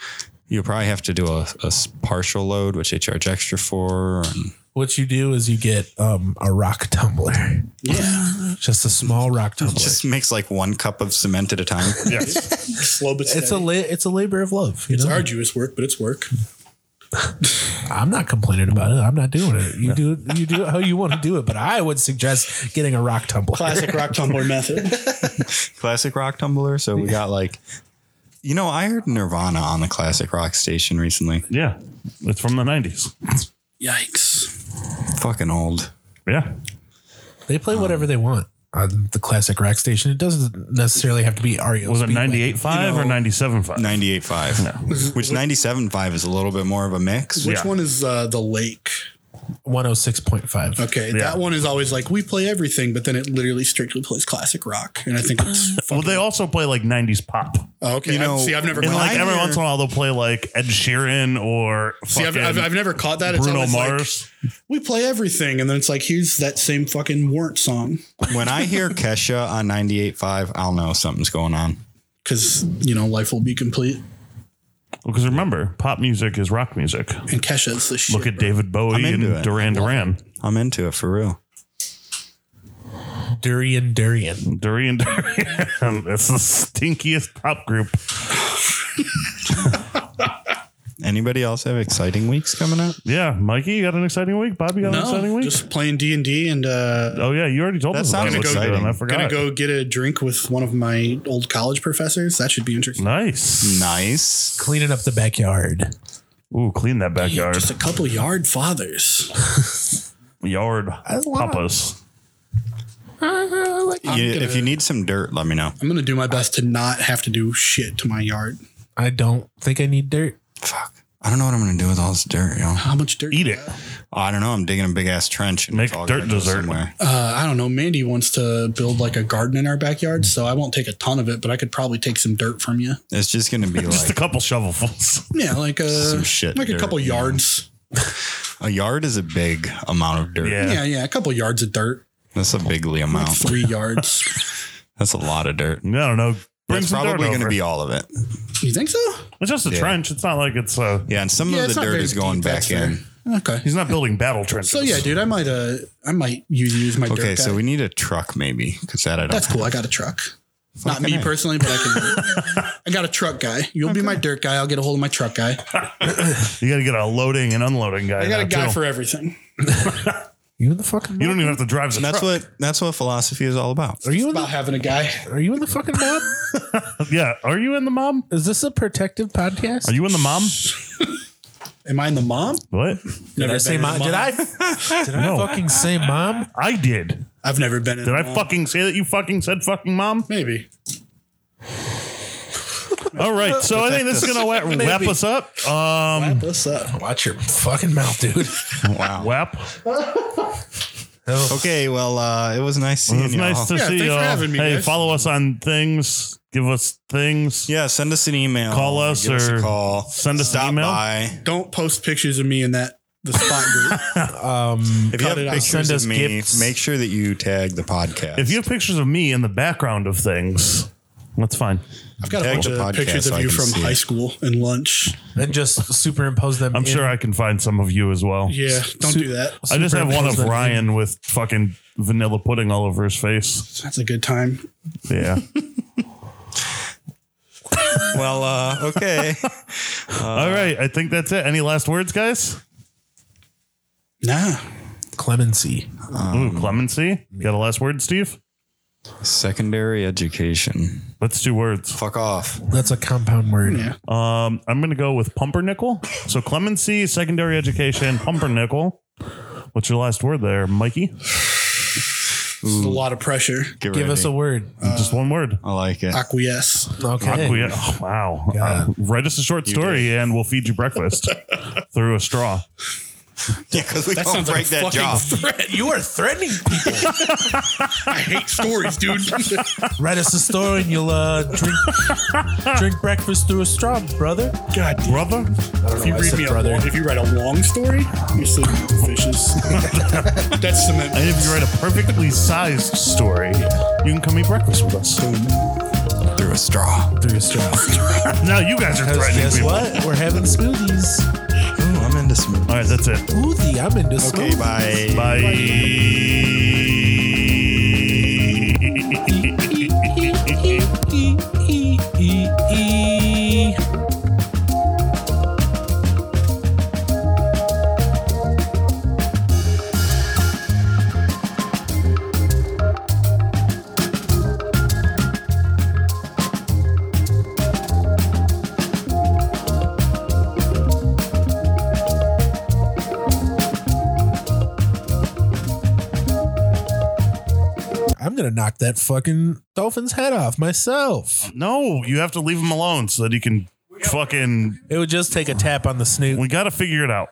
Speaker 2: you'll probably have to do a, a s- partial load which they charge extra for and
Speaker 4: What you do is you get um, a rock tumbler. Yeah, just a small rock tumbler.
Speaker 2: just makes like one cup of cement at a time
Speaker 3: yes.
Speaker 1: Slow but steady.
Speaker 4: it's a la- it's a labor of love. You
Speaker 1: it's
Speaker 4: know?
Speaker 1: arduous work, but it's work.
Speaker 4: I'm not complaining about it. I'm not doing it. You do it. You do it how you want to do it. But I would suggest getting a rock tumbler.
Speaker 1: Classic rock tumbler method.
Speaker 2: classic rock tumbler so we got like you know i heard nirvana on the classic rock station recently
Speaker 3: Yeah. It's from the nineties.
Speaker 1: Yikes.
Speaker 2: fucking old
Speaker 3: Yeah.
Speaker 4: They play whatever they want on the classic rock station. It doesn't necessarily have to be E REO.
Speaker 3: Was it
Speaker 4: Speedwagon.
Speaker 3: ninety eight five or ninety seven five?
Speaker 2: 98.5 which 97.5 is a little bit more of a mix
Speaker 1: Which
Speaker 3: Yeah.
Speaker 1: one is uh, the lake?
Speaker 4: 106.5.
Speaker 1: Okay, that one is always like we play everything, but then it literally strictly plays classic rock, and I think it's
Speaker 3: Well, they also play like nineties pop.
Speaker 1: oh, okay.
Speaker 2: You
Speaker 1: I-
Speaker 2: know,
Speaker 1: see, I've never
Speaker 3: And
Speaker 1: caught
Speaker 3: like
Speaker 2: I
Speaker 3: every
Speaker 2: hear-
Speaker 3: once in a while they'll play like Ed Sheeran or
Speaker 1: See, I've,
Speaker 3: fucking
Speaker 1: I've, I've never caught that. It's
Speaker 3: Bruno
Speaker 1: always like,
Speaker 3: Mars.
Speaker 1: we play everything, and then it's like here's that same fucking warrant song
Speaker 2: when i hear kesha on 98.5 i'll know something's going on
Speaker 1: because you know life will be complete.
Speaker 3: Because remember, pop music is rock music.
Speaker 1: And Kesha's the shit.
Speaker 3: Look at David Bowie
Speaker 2: I'm
Speaker 3: and
Speaker 2: into it.
Speaker 3: Duran Duran.
Speaker 2: i'm into it for real
Speaker 4: Durian Durian.
Speaker 3: Durian Durian. That's the stinkiest pop group.
Speaker 2: Anybody else have exciting weeks coming up?
Speaker 3: Yeah, Mikey, you got an exciting week. Bobby got an exciting
Speaker 1: no,
Speaker 3: week.
Speaker 1: just playing D and D, and uh,
Speaker 3: oh yeah, you already told
Speaker 2: That
Speaker 3: us. about
Speaker 2: sounds
Speaker 3: it. Let's do it.
Speaker 2: exciting.
Speaker 3: I forgot.
Speaker 1: gonna go get a drink with one of my old college professors. That should be interesting.
Speaker 3: Nice.
Speaker 2: Nice.
Speaker 4: Cleaning up the backyard.
Speaker 3: Ooh, clean that backyard.
Speaker 1: Just a couple yard fathers.
Speaker 3: yard
Speaker 2: That's a lot.
Speaker 3: papas.
Speaker 2: You- if you need some dirt, let me know.
Speaker 1: I'm gonna do my best to not have to do shit to my yard.
Speaker 4: I don't think I need dirt.
Speaker 2: Fuck. I don't know what I'm gonna do with all this dirt, yo.
Speaker 1: How much dirt?
Speaker 3: Eat it.
Speaker 2: I don't know. I'm digging a big ass trench. And
Speaker 3: Make
Speaker 2: it's all
Speaker 3: dirt
Speaker 2: gonna go
Speaker 3: dessert.
Speaker 2: somewhere.
Speaker 1: Uh, I don't know. Mandy wants to build like a garden in our backyard, so I won't take a ton of it, but I could probably take some dirt from you.
Speaker 2: It's just gonna be
Speaker 3: Just a
Speaker 2: like
Speaker 3: couple shovelfuls.
Speaker 1: Yeah, like a
Speaker 2: Some shit
Speaker 1: like a
Speaker 2: dirt,
Speaker 1: couple
Speaker 2: you know.
Speaker 1: yards.
Speaker 2: a yard is a big amount of dirt.
Speaker 3: Yeah.
Speaker 1: Yeah, yeah, a couple yards of dirt,
Speaker 2: That's a bigly
Speaker 1: like
Speaker 2: amount.
Speaker 1: three yards.
Speaker 2: That's a lot of dirt.
Speaker 3: I don't know. Bring
Speaker 2: That's
Speaker 3: some dirt
Speaker 2: probably
Speaker 3: over.
Speaker 2: gonna be all of it.
Speaker 1: You think so?
Speaker 3: It's just a
Speaker 2: Yeah.
Speaker 3: trench. It's not like it's uh
Speaker 2: Yeah, and some
Speaker 1: yeah,
Speaker 2: of the
Speaker 1: it's not
Speaker 2: dirt
Speaker 1: very
Speaker 2: is going
Speaker 1: deep,
Speaker 2: back
Speaker 1: that's fair.
Speaker 2: in.
Speaker 1: Okay.
Speaker 3: he's not building battle trenches.
Speaker 1: So yeah, dude, I might uh, I might use use my
Speaker 2: Okay,
Speaker 1: dirt.
Speaker 2: so
Speaker 1: guy.
Speaker 2: we need a truck maybe because that I don't.
Speaker 1: that's cool. I got a truck. Not
Speaker 2: Fucking
Speaker 1: me
Speaker 2: A.
Speaker 1: personally, but I can. I got a truck guy. You'll be my dirt guy. I'll get a hold of my truck guy.
Speaker 3: You got to get a loading and unloading guy.
Speaker 1: I got a
Speaker 3: now,
Speaker 1: guy
Speaker 3: too.
Speaker 1: for everything.
Speaker 4: You in the fucking?
Speaker 3: You
Speaker 4: Mob?
Speaker 3: don't even have to drive the
Speaker 2: And that's
Speaker 3: truck.
Speaker 2: what that's what philosophy is all about.
Speaker 4: Are you in
Speaker 1: About
Speaker 4: the?
Speaker 1: having a guy.
Speaker 4: Are you in the fucking mob?
Speaker 3: yeah. Are you in the mom?
Speaker 4: Is this a protective podcast?
Speaker 3: Are you in the mom?
Speaker 1: Am I in the mom?
Speaker 3: What?
Speaker 4: did I say
Speaker 1: been in
Speaker 4: mom?
Speaker 1: the
Speaker 4: Did I? Did I
Speaker 3: No.
Speaker 4: fucking say mom?
Speaker 3: I did.
Speaker 1: I've never been in.
Speaker 3: Did
Speaker 1: the
Speaker 3: I
Speaker 1: mom.
Speaker 3: fucking say that you fucking said fucking mom?
Speaker 1: Maybe.
Speaker 3: All right. So I think this is gonna wrap, wrap us up. Um,
Speaker 2: Hmm.
Speaker 1: What's up?
Speaker 4: Watch your fucking mouth, dude.
Speaker 2: Wow.
Speaker 3: wrap.
Speaker 2: Okay, well, uh, it was nice seeing
Speaker 3: It's
Speaker 2: you.
Speaker 3: nice
Speaker 2: all.
Speaker 3: to
Speaker 1: Yeah,
Speaker 3: see
Speaker 1: thanks
Speaker 3: you.
Speaker 1: for having me,
Speaker 3: Hey,
Speaker 1: guys.
Speaker 3: follow us on things. Give us things.
Speaker 2: yeah, send us an email.
Speaker 3: Call us
Speaker 2: Give us
Speaker 3: or
Speaker 2: a call.
Speaker 3: send us an
Speaker 2: Stop
Speaker 3: email.
Speaker 2: by.
Speaker 1: Don't post pictures of me in that the spot group.
Speaker 4: Um,
Speaker 2: If you have
Speaker 1: it out.
Speaker 2: pictures
Speaker 4: Send us
Speaker 2: of me,
Speaker 4: gifts.
Speaker 2: make sure that you tag the podcast.
Speaker 3: If you have pictures of me in the background of things, that's fine.
Speaker 1: I've got a
Speaker 2: Tag
Speaker 1: bunch
Speaker 2: the
Speaker 1: of
Speaker 2: podcast
Speaker 1: pictures
Speaker 2: so
Speaker 1: of
Speaker 2: I
Speaker 1: you
Speaker 2: can
Speaker 1: from
Speaker 2: see
Speaker 1: high
Speaker 2: it.
Speaker 1: school and lunch.
Speaker 4: and just superimpose them.
Speaker 3: I'm
Speaker 4: in.
Speaker 3: sure I can find some of you as well.
Speaker 1: Yeah, don't do that.
Speaker 3: I just have one of
Speaker 4: Superimpose them in.
Speaker 3: Ryan with fucking vanilla pudding all over his face.
Speaker 1: That's a good time.
Speaker 3: Yeah.
Speaker 2: well, uh, okay.
Speaker 3: all right. I think that's it. Any last words, guys?
Speaker 1: Nah,
Speaker 4: clemency.
Speaker 3: Ooh, clemency. Got a last word, Steve?
Speaker 2: Secondary education.
Speaker 3: Let's do words.
Speaker 2: Fuck off.
Speaker 4: That's a compound word.
Speaker 1: yeah.
Speaker 3: Um, I'm going to go with pumpernickel. So clemency, secondary education, pumpernickel. What's your last word there, Mikey?
Speaker 1: It's a lot of pressure.
Speaker 2: Get
Speaker 4: Give
Speaker 2: ready.
Speaker 4: us a word.
Speaker 3: Just one word.
Speaker 2: I like it.
Speaker 1: Acquiesce.
Speaker 4: Okay.
Speaker 3: Acquia- oh, wow. Uh, write us a short story and we'll feed you breakfast through a straw.
Speaker 2: Yeah, because we don't
Speaker 1: sounds like a
Speaker 2: break that
Speaker 1: fucking
Speaker 2: job.
Speaker 1: threat.
Speaker 4: You are threatening people.
Speaker 1: I hate stories, dude.
Speaker 4: Write us a story and you'll uh, drink drink breakfast through a straw, brother.
Speaker 1: God,
Speaker 3: Brother?
Speaker 1: if you
Speaker 4: why I
Speaker 1: read
Speaker 4: said
Speaker 1: me a
Speaker 4: brother.
Speaker 1: long, if you write a long story, you're so vicious. That's cement.
Speaker 3: And if you write a perfectly sized story, you can come eat breakfast with us.
Speaker 2: Through a straw.
Speaker 4: Through a straw.
Speaker 3: Now you guys are
Speaker 4: Because
Speaker 3: threatening
Speaker 4: guess
Speaker 3: people.
Speaker 4: what? We're having smoothies.
Speaker 2: Ooh, I'm into some.
Speaker 3: All right, that's it.
Speaker 4: Smoothie. I'm into smoothies.
Speaker 2: Okay, bye.
Speaker 3: Bye.
Speaker 4: Bye. I'm gonna knock that fucking dolphin's head off myself.
Speaker 3: No, you have to leave him alone so that he can fucking.
Speaker 4: It would just take a tap on the snoot.
Speaker 3: We got to figure it out.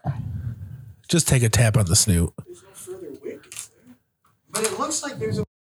Speaker 4: Just take a tap on the snoot.
Speaker 5: there's no further wick, is there? But it looks like there's a